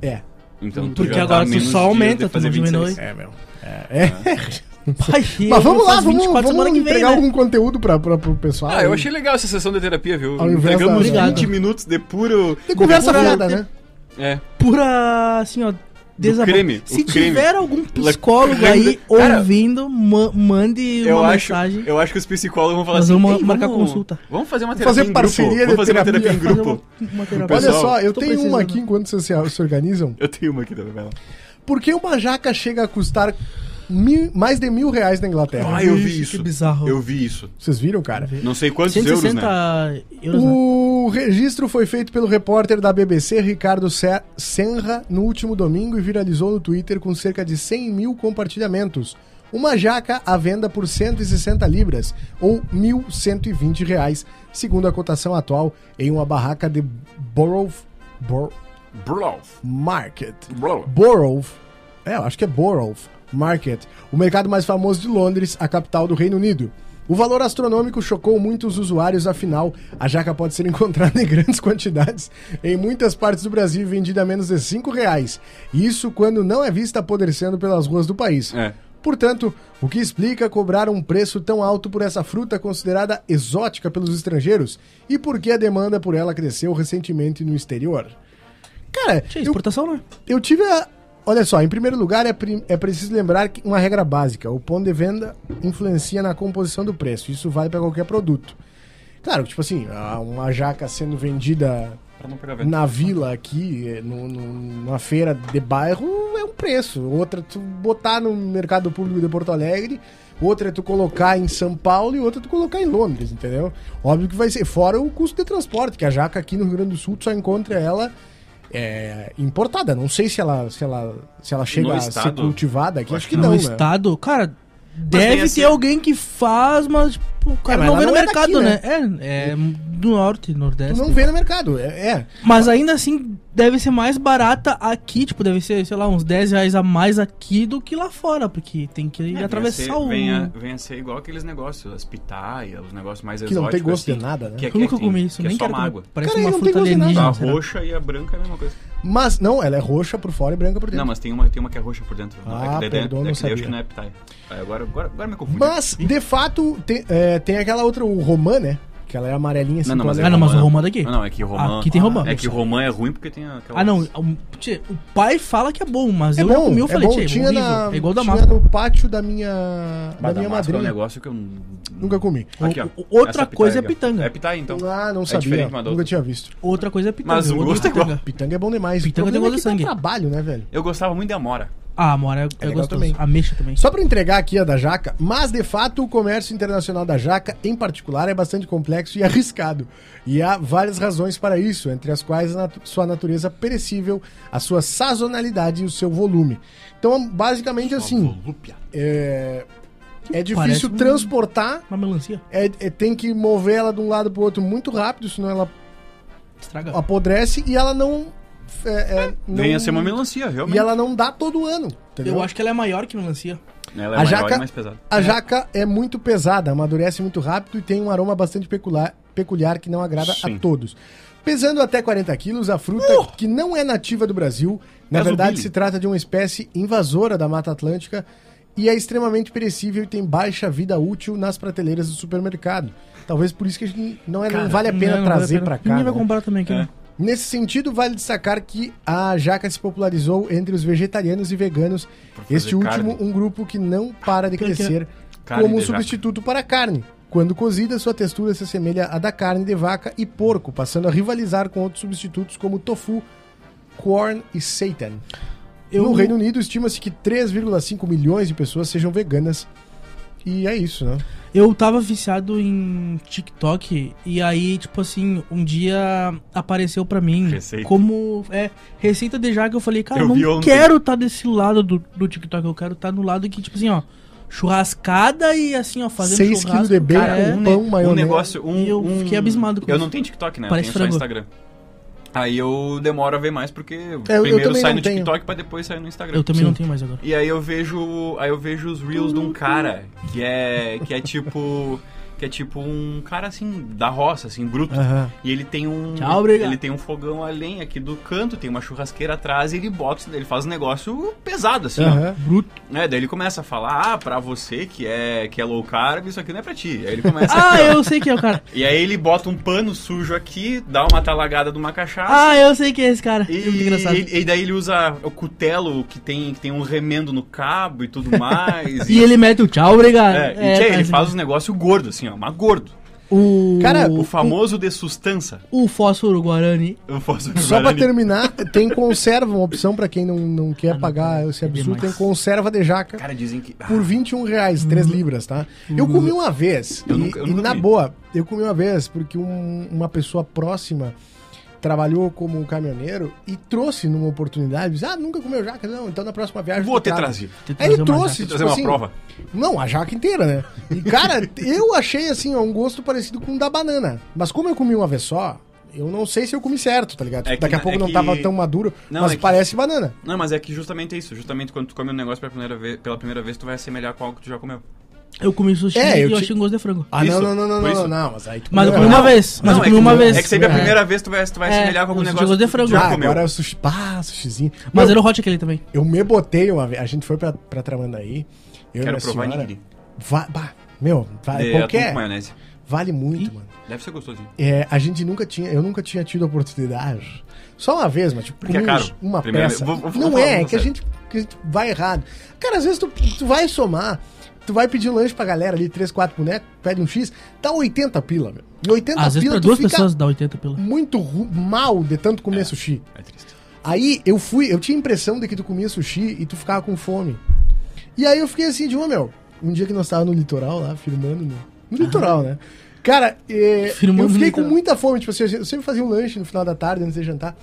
Speaker 4: É.
Speaker 5: Então tu
Speaker 3: Porque
Speaker 5: já
Speaker 3: agora
Speaker 5: tá
Speaker 3: tu
Speaker 5: menos
Speaker 3: só
Speaker 5: dias de
Speaker 3: aumenta, tu
Speaker 5: fazer
Speaker 3: não diminui.
Speaker 5: 26.
Speaker 4: É, meu. É.
Speaker 3: Pai,
Speaker 4: Mas vamos lá, vamos,
Speaker 3: semana
Speaker 4: vamos
Speaker 3: que vem,
Speaker 4: entregar
Speaker 3: né?
Speaker 4: algum conteúdo pra, pra, pro pessoal.
Speaker 5: Ah, eu achei legal essa sessão de terapia, viu?
Speaker 4: Ao invés
Speaker 5: Pegamos
Speaker 4: da-
Speaker 5: 20 minutos de puro.
Speaker 4: Tem conversa
Speaker 3: Decorar-
Speaker 4: fiada, né?
Speaker 5: É.
Speaker 3: Pura, assim, ó, desabafo.
Speaker 5: creme,
Speaker 3: Se
Speaker 5: o creme.
Speaker 3: tiver algum psicólogo
Speaker 5: creme
Speaker 3: aí
Speaker 5: do- Cara,
Speaker 3: ouvindo, ma- mande
Speaker 5: Eu
Speaker 3: uma
Speaker 5: acho,
Speaker 3: mensagem.
Speaker 5: eu acho que é um os psicólogos vão falar
Speaker 3: Nós
Speaker 5: assim:
Speaker 3: vamos
Speaker 5: "Ei,
Speaker 3: marcar consulta."
Speaker 5: Vamos fazer uma terapia
Speaker 4: Fazer
Speaker 5: em
Speaker 4: parceria
Speaker 5: grupo.
Speaker 4: de
Speaker 5: Vamos fazer uma terapia em
Speaker 4: terapia.
Speaker 5: grupo.
Speaker 3: Fazer uma- uma terapia.
Speaker 5: Pessoal,
Speaker 4: Olha só, eu
Speaker 3: tô
Speaker 4: tenho uma
Speaker 3: precisando.
Speaker 4: aqui enquanto vocês se, se organizam.
Speaker 5: Eu tenho uma aqui também, vai lá.
Speaker 4: Por que uma jaca chega a custar mil- mais de mil reais na Inglaterra?
Speaker 5: Ah, eu
Speaker 3: Ixi,
Speaker 5: vi
Speaker 3: que
Speaker 5: isso.
Speaker 3: bizarro.
Speaker 5: Eu vi isso.
Speaker 4: Vocês viram, cara?
Speaker 5: Não sei quantos euros,
Speaker 3: 160
Speaker 5: né?
Speaker 3: euros, né?
Speaker 4: O registro foi feito pelo repórter da BBC, Ricardo Ser- Senra, no último domingo e viralizou no Twitter com cerca de 100 mil compartilhamentos. Uma jaca à venda por 160 libras, ou 1.120 reais, segundo a cotação atual, em uma barraca de Borough, Bor-
Speaker 5: Bro,
Speaker 4: Market.
Speaker 5: bro.
Speaker 4: Borough, é, eu acho que é Borough Market, o mercado mais famoso de Londres, a capital do Reino Unido. O valor astronômico chocou muitos usuários, afinal, a jaca pode ser encontrada em grandes quantidades em muitas partes do Brasil e vendida a menos de 5 reais. Isso quando não é vista apodrecendo pelas ruas do país.
Speaker 5: É.
Speaker 4: Portanto, o que explica cobrar um preço tão alto por essa fruta considerada exótica pelos estrangeiros e por que a demanda por ela cresceu recentemente no exterior? Cara,
Speaker 3: Tinha
Speaker 4: eu
Speaker 3: exportação, né?
Speaker 4: eu tive a. Olha só, em primeiro lugar, é, pri- é preciso lembrar que uma regra básica: o ponto de venda influencia na composição do preço. Isso vale para qualquer produto. Claro, tipo assim, a- uma jaca sendo vendida
Speaker 5: Pra não pegar vento.
Speaker 4: na vila aqui, eh, no- no- numa feira de bairro, é um preço. Outra, tu botar no mercado público de Porto Alegre, outra é tu colocar em São Paulo e outra é tu colocar em Londres, entendeu? Óbvio que vai ser. Fora o custo de transporte, que a jaca aqui no Rio Grande do Sul tu só encontra ela eh, importada. Não sei se ela, se ela, se ela chega a ser
Speaker 5: estado?
Speaker 4: cultivada aqui.
Speaker 5: Eu
Speaker 4: Acho
Speaker 5: acho
Speaker 4: que
Speaker 5: que
Speaker 4: não,
Speaker 3: no
Speaker 4: né?
Speaker 3: estado, cara,
Speaker 5: tem
Speaker 3: deve
Speaker 5: assim-
Speaker 3: ter alguém que faz, mas tipo, o cara
Speaker 4: mas
Speaker 3: não
Speaker 4: ela
Speaker 3: vê no
Speaker 4: não é
Speaker 3: mercado,
Speaker 4: daqui,
Speaker 3: né? É, é do norte,
Speaker 4: Tu
Speaker 3: nordeste.
Speaker 4: não vê no mercado. É. é.
Speaker 3: Mas ainda assim, deve ser mais barata aqui, tipo, deve ser, sei lá, uns 10 reais a mais aqui do que lá fora, porque tem que
Speaker 5: É,
Speaker 3: atravessar
Speaker 5: venha ser,
Speaker 3: o...
Speaker 5: Venha, venha ser igual aqueles negócios, as pitaias, os negócios mais
Speaker 4: Que não tem
Speaker 5: exóticos,
Speaker 4: gosto
Speaker 5: assim,
Speaker 4: de nada, né?
Speaker 5: Que é,
Speaker 3: Eu
Speaker 5: que é,
Speaker 3: nunca comi
Speaker 5: que
Speaker 3: isso,
Speaker 5: é
Speaker 3: nem
Speaker 5: só
Speaker 3: quero
Speaker 5: mágena.
Speaker 3: comer. Parece
Speaker 4: Cara,
Speaker 3: uma
Speaker 4: ele não
Speaker 3: fruta
Speaker 4: tem né? gosto de nada.
Speaker 5: A
Speaker 3: alienígena. será?
Speaker 5: roxa e a branca é a mesma coisa.
Speaker 4: Mas não, ela é roxa por fora e branca por dentro.
Speaker 5: Não, mas tem uma, tem uma que é roxa por dentro.
Speaker 4: Ah,
Speaker 5: é que daí-
Speaker 4: perdão,
Speaker 5: é
Speaker 4: não
Speaker 5: que daí eu
Speaker 4: sabia.
Speaker 5: acho que não é pitaia. Ah, agora, agora, agora me confundi.
Speaker 4: Mas, de fato, tem, é, tem aquela outra, o Romã, né? Que ela é amarelinha assim.
Speaker 5: Não, não, mas
Speaker 4: tu
Speaker 5: é
Speaker 4: olha-
Speaker 3: Ah, não, mas o
Speaker 5: romã.
Speaker 3: romã daqui.
Speaker 5: Não, não, é que romã...
Speaker 3: Aqui tem romã.
Speaker 5: É que romã é ruim porque tem aquela...
Speaker 3: Ah, não. o- tchê, O pai fala que é bom, mas
Speaker 4: é
Speaker 3: eu
Speaker 4: bom,
Speaker 3: já comi, eu
Speaker 4: é
Speaker 3: falei,
Speaker 4: bom.
Speaker 3: tchê,
Speaker 4: tinha
Speaker 3: horrível.
Speaker 4: na,
Speaker 3: É igual da
Speaker 4: tinha
Speaker 3: massa.
Speaker 4: no pátio da minha, da
Speaker 5: Mas
Speaker 4: minha
Speaker 5: damasco é um
Speaker 4: madrinha.
Speaker 5: negócio que eu... n-
Speaker 4: Nunca comi.
Speaker 5: Aqui,
Speaker 3: O-
Speaker 5: ó.
Speaker 3: o-
Speaker 5: Essa
Speaker 3: outra
Speaker 5: pitaya
Speaker 3: coisa é
Speaker 5: aqui, ó.
Speaker 3: pitanga.
Speaker 5: É pitaia, então.
Speaker 4: ah, não
Speaker 5: é
Speaker 4: sabia.
Speaker 5: diferente uma da
Speaker 4: Nunca
Speaker 5: outra.
Speaker 4: tinha visto.
Speaker 3: Outra coisa é pitanga.
Speaker 5: Mas o
Speaker 3: outra
Speaker 5: gosto é
Speaker 3: pitanga.
Speaker 5: igual.
Speaker 4: Pitanga é bom demais.
Speaker 3: Pitanga
Speaker 4: O
Speaker 3: tem
Speaker 4: problema
Speaker 3: gosto
Speaker 4: é
Speaker 3: de
Speaker 4: que dá
Speaker 3: sangue.
Speaker 4: trabalho, né, velho?
Speaker 5: Eu gostava muito de amora.
Speaker 3: Ah, mora, é, é
Speaker 4: legal
Speaker 3: gostoso.
Speaker 4: também.
Speaker 3: Ameixa também.
Speaker 4: Só pra entregar aqui a da jaca, mas de fato o comércio internacional da jaca, em particular, é bastante complexo e arriscado. E há várias razões para isso, entre as quais a natu- sua natureza perecível, a sua sazonalidade e o seu volume. Então, basicamente assim,
Speaker 5: Volúpia.
Speaker 4: é, é
Speaker 3: Parece
Speaker 4: difícil
Speaker 3: um-
Speaker 4: transportar
Speaker 3: Uma melancia.
Speaker 4: É, é- tem que mover ela de um lado pro outro muito rápido, senão ela
Speaker 3: Estraga.
Speaker 4: apodrece e ela não. É, é, não-
Speaker 5: Venha ser uma né? melancia, realmente.
Speaker 4: E ela não dá todo ano. Entendeu?
Speaker 3: eu acho que ela é maior que melancia.
Speaker 5: Ela é
Speaker 4: A
Speaker 5: maior
Speaker 4: jaca-
Speaker 5: e mais pesada.
Speaker 4: A jaca é muito pesada, amadurece muito rápido e tem um aroma bastante peculiar, peculiar que não agrada
Speaker 5: Sim.
Speaker 4: a todos. Pesando até 40 quilos, a fruta,
Speaker 3: Uh!
Speaker 4: que não é nativa do Brasil, na
Speaker 5: Mas o
Speaker 4: verdade
Speaker 5: Billy.
Speaker 4: se trata de uma espécie invasora da Mata Atlântica e é extremamente perecível e tem baixa vida útil nas prateleiras do supermercado. Talvez por isso que a gente não, é, não vale a pena
Speaker 3: Não, não vale a
Speaker 4: trazer
Speaker 3: pena.
Speaker 4: pra cá.
Speaker 3: Ninguém vai
Speaker 4: né?
Speaker 3: comprar também aqui,
Speaker 5: É.
Speaker 3: né?
Speaker 4: Nesse sentido, vale destacar que a jaca se popularizou entre os vegetarianos e veganos,
Speaker 5: fazer
Speaker 4: este último
Speaker 5: carne.
Speaker 4: um grupo que não para de
Speaker 3: Porque-
Speaker 4: crescer
Speaker 5: Carne
Speaker 4: como um
Speaker 5: de jaca.
Speaker 4: substituto para a carne. Quando cozida, sua textura se assemelha à da carne de vaca e porco, passando a rivalizar com outros substitutos como tofu, corn e seitan.
Speaker 3: Eu-
Speaker 4: No Reino Unido, estima-se que 3,5 milhões de pessoas sejam veganas. E é isso, né?
Speaker 3: Eu tava viciado em TikTok e aí, tipo assim, um dia apareceu pra mim
Speaker 5: Receita.
Speaker 3: como é receita de jaca. Eu falei, cara,
Speaker 5: Eu vi
Speaker 3: não
Speaker 5: ontem.
Speaker 3: quero estar tá desse lado do, do TikTok, eu quero estar tá no lado que, tipo assim, ó, churrascada e assim, ó, fazendo
Speaker 4: 6
Speaker 3: churrasco.
Speaker 4: quilos de bacon,
Speaker 3: cara, é-
Speaker 4: um pão,
Speaker 5: um
Speaker 4: maionese.
Speaker 5: negócio. Um,
Speaker 3: E eu
Speaker 5: um-
Speaker 3: fiquei abismado com
Speaker 5: Eu
Speaker 3: isso.
Speaker 5: não tenho TikTok, né?
Speaker 3: Parece
Speaker 5: eu tenho só
Speaker 3: frango. É,
Speaker 5: Instagram. Aí eu demoro a ver mais porque
Speaker 4: eu
Speaker 5: primeiro
Speaker 4: também
Speaker 5: sai
Speaker 4: não
Speaker 5: no
Speaker 4: tenho.
Speaker 5: TikTok pra depois sair no Instagram.
Speaker 3: Eu também não
Speaker 4: Sim.
Speaker 3: tenho mais agora.
Speaker 5: E aí eu vejo. Aí eu vejo os reels de um cara que é. que é tipo. que é tipo um cara assim, da roça, assim, bruto.
Speaker 4: Aham.
Speaker 5: E ele tem um.
Speaker 3: Tchau, obrigado.
Speaker 5: Ele tem um fogão a lenha aqui do canto, tem uma churrasqueira atrás e ele bota, ele faz um negócio pesado, assim, ó.
Speaker 4: Aham.
Speaker 3: Bruto.
Speaker 5: É, daí ele começa a falar, ah, pra você que é, que é low carb, isso aqui não é pra ti. Aí ele começa
Speaker 3: Ah, eu sei que é o cara.
Speaker 5: E aí ele bota um pano sujo aqui, dá uma talagada de uma cachaça.
Speaker 3: Ah, eu sei que é esse cara.
Speaker 5: E,
Speaker 3: É muito engraçado.
Speaker 5: e- e daí ele usa o cutelo que tem, que tem um remendo no cabo e tudo mais.
Speaker 3: E ele mete o tchau, obrigado. assim,
Speaker 5: É, e tchê, ele faz um negócio gordo, assim, ó, mas gordo.
Speaker 3: o,
Speaker 4: Cara,
Speaker 5: O
Speaker 3: o,
Speaker 5: famoso de sustança.
Speaker 3: o fósforo Guarani.
Speaker 5: Eu posso
Speaker 4: Só pra
Speaker 5: Guarani.
Speaker 4: terminar, tem conserva, uma opção pra quem não, não
Speaker 5: Ah,
Speaker 4: quer pagar esse
Speaker 3: é
Speaker 4: absurdo, tem
Speaker 3: demais.
Speaker 4: conserva de jaca.
Speaker 5: Cara, dizem que. Ah.
Speaker 4: por 21 reais, 3 libras, tá? Eu comi uma vez,
Speaker 5: Hum. Eu
Speaker 4: e,
Speaker 5: nunca- eu
Speaker 4: e
Speaker 5: nunca
Speaker 4: na
Speaker 5: comi.
Speaker 4: boa, eu comi uma vez porque um- uma pessoa próxima trabalhou como um caminhoneiro e trouxe numa oportunidade, disse, ah, nunca comeu jaca, não, então na próxima viagem...
Speaker 5: Vou
Speaker 4: eu
Speaker 5: ter
Speaker 4: trago."
Speaker 5: trazido.
Speaker 3: Tem que
Speaker 4: Aí ele
Speaker 3: trazer uma
Speaker 4: trouxe,
Speaker 5: Vou
Speaker 4: tipo
Speaker 5: trazer uma
Speaker 4: assim,
Speaker 5: prova.
Speaker 4: Não, a jaca inteira, né? E, cara, eu achei, assim, ó, um gosto parecido com o da banana. Mas como eu comi uma vez só, eu não sei se eu comi certo, tá ligado?
Speaker 5: É que
Speaker 4: Daqui a
Speaker 5: na-
Speaker 4: pouco
Speaker 5: é
Speaker 4: não
Speaker 5: que-
Speaker 4: tava tão maduro,
Speaker 5: Não,
Speaker 4: mas
Speaker 5: é que-
Speaker 4: parece banana.
Speaker 5: Não, mas é que justamente é isso. Justamente quando tu come um negócio pela primeira vez, pela primeira vez tu vai assemelhar com algo que tu já comeu.
Speaker 3: Eu comi sushi
Speaker 4: É,
Speaker 3: e
Speaker 4: eu
Speaker 3: eu
Speaker 4: te-
Speaker 3: achei um gosto de frango.
Speaker 4: Ah,
Speaker 5: Isso,
Speaker 4: não, não, não,
Speaker 5: por
Speaker 4: não, não,
Speaker 5: isso.
Speaker 4: não, mas aí tu
Speaker 3: Mas eu
Speaker 4: comeu
Speaker 3: comi uma
Speaker 4: errado.
Speaker 3: vez. Mas
Speaker 5: Não,
Speaker 3: eu
Speaker 5: é
Speaker 3: comi
Speaker 5: que-
Speaker 3: uma vez.
Speaker 5: É que sempre a
Speaker 3: É.
Speaker 5: primeira vez tu vai, tu vai
Speaker 3: É,
Speaker 5: assemelhar com algum
Speaker 3: os
Speaker 5: negócio
Speaker 3: jogos de
Speaker 5: que tu
Speaker 3: frango.
Speaker 5: já
Speaker 4: Ah,
Speaker 5: comeu.
Speaker 4: agora é o sushi. Pá, sushizinho.
Speaker 3: Mas
Speaker 4: Meu,
Speaker 3: era o hot aquele também.
Speaker 4: eu me botei uma vez. A gente foi pra, pra Tramandaí. Eu e
Speaker 5: Quero
Speaker 4: minha
Speaker 5: provar
Speaker 4: senhora.
Speaker 5: nigiri.
Speaker 4: Va- bah, meu, va-
Speaker 5: De atum
Speaker 3: é?
Speaker 4: qualquer.
Speaker 5: É, com maionese.
Speaker 4: Vale muito, mano.
Speaker 5: Deve ser gostosinho.
Speaker 4: É, a gente nunca tinha. Eu nunca tinha tido a oportunidade. Só uma vez, mas tipo,
Speaker 5: Porque é
Speaker 4: comemos
Speaker 5: caro.
Speaker 4: uma
Speaker 5: Primeira
Speaker 4: peça.
Speaker 5: vez. Vou- vou-
Speaker 4: Não
Speaker 5: vou falar,
Speaker 4: é, é
Speaker 5: vou
Speaker 4: que a
Speaker 5: sério.
Speaker 4: gente, que a gente vai errado. Cara, às vezes tu, tu vai somar. Tu vai pedir um lanche pra galera ali, 3, 4 bonecos, pede um X, dá 80 pila, meu. E 80
Speaker 3: Às vezes
Speaker 4: pila
Speaker 3: pra
Speaker 4: tu
Speaker 3: duas
Speaker 4: fica
Speaker 3: pessoas dá 80 pela.
Speaker 4: muito ru- mal de tanto comer sushi.
Speaker 5: É triste.
Speaker 4: Aí eu fui, eu tinha a impressão de que tu comia sushi e tu ficava com fome. E aí eu fiquei assim, de uma, meu, um dia que nós tava no litoral lá, firmando no, no litoral, né? Cara, eh,
Speaker 3: Firmando
Speaker 4: eu
Speaker 3: no
Speaker 4: fiquei com
Speaker 3: litoral.
Speaker 4: muita fome, tipo assim, eu sempre fazia um lanche no final da tarde antes de jantar.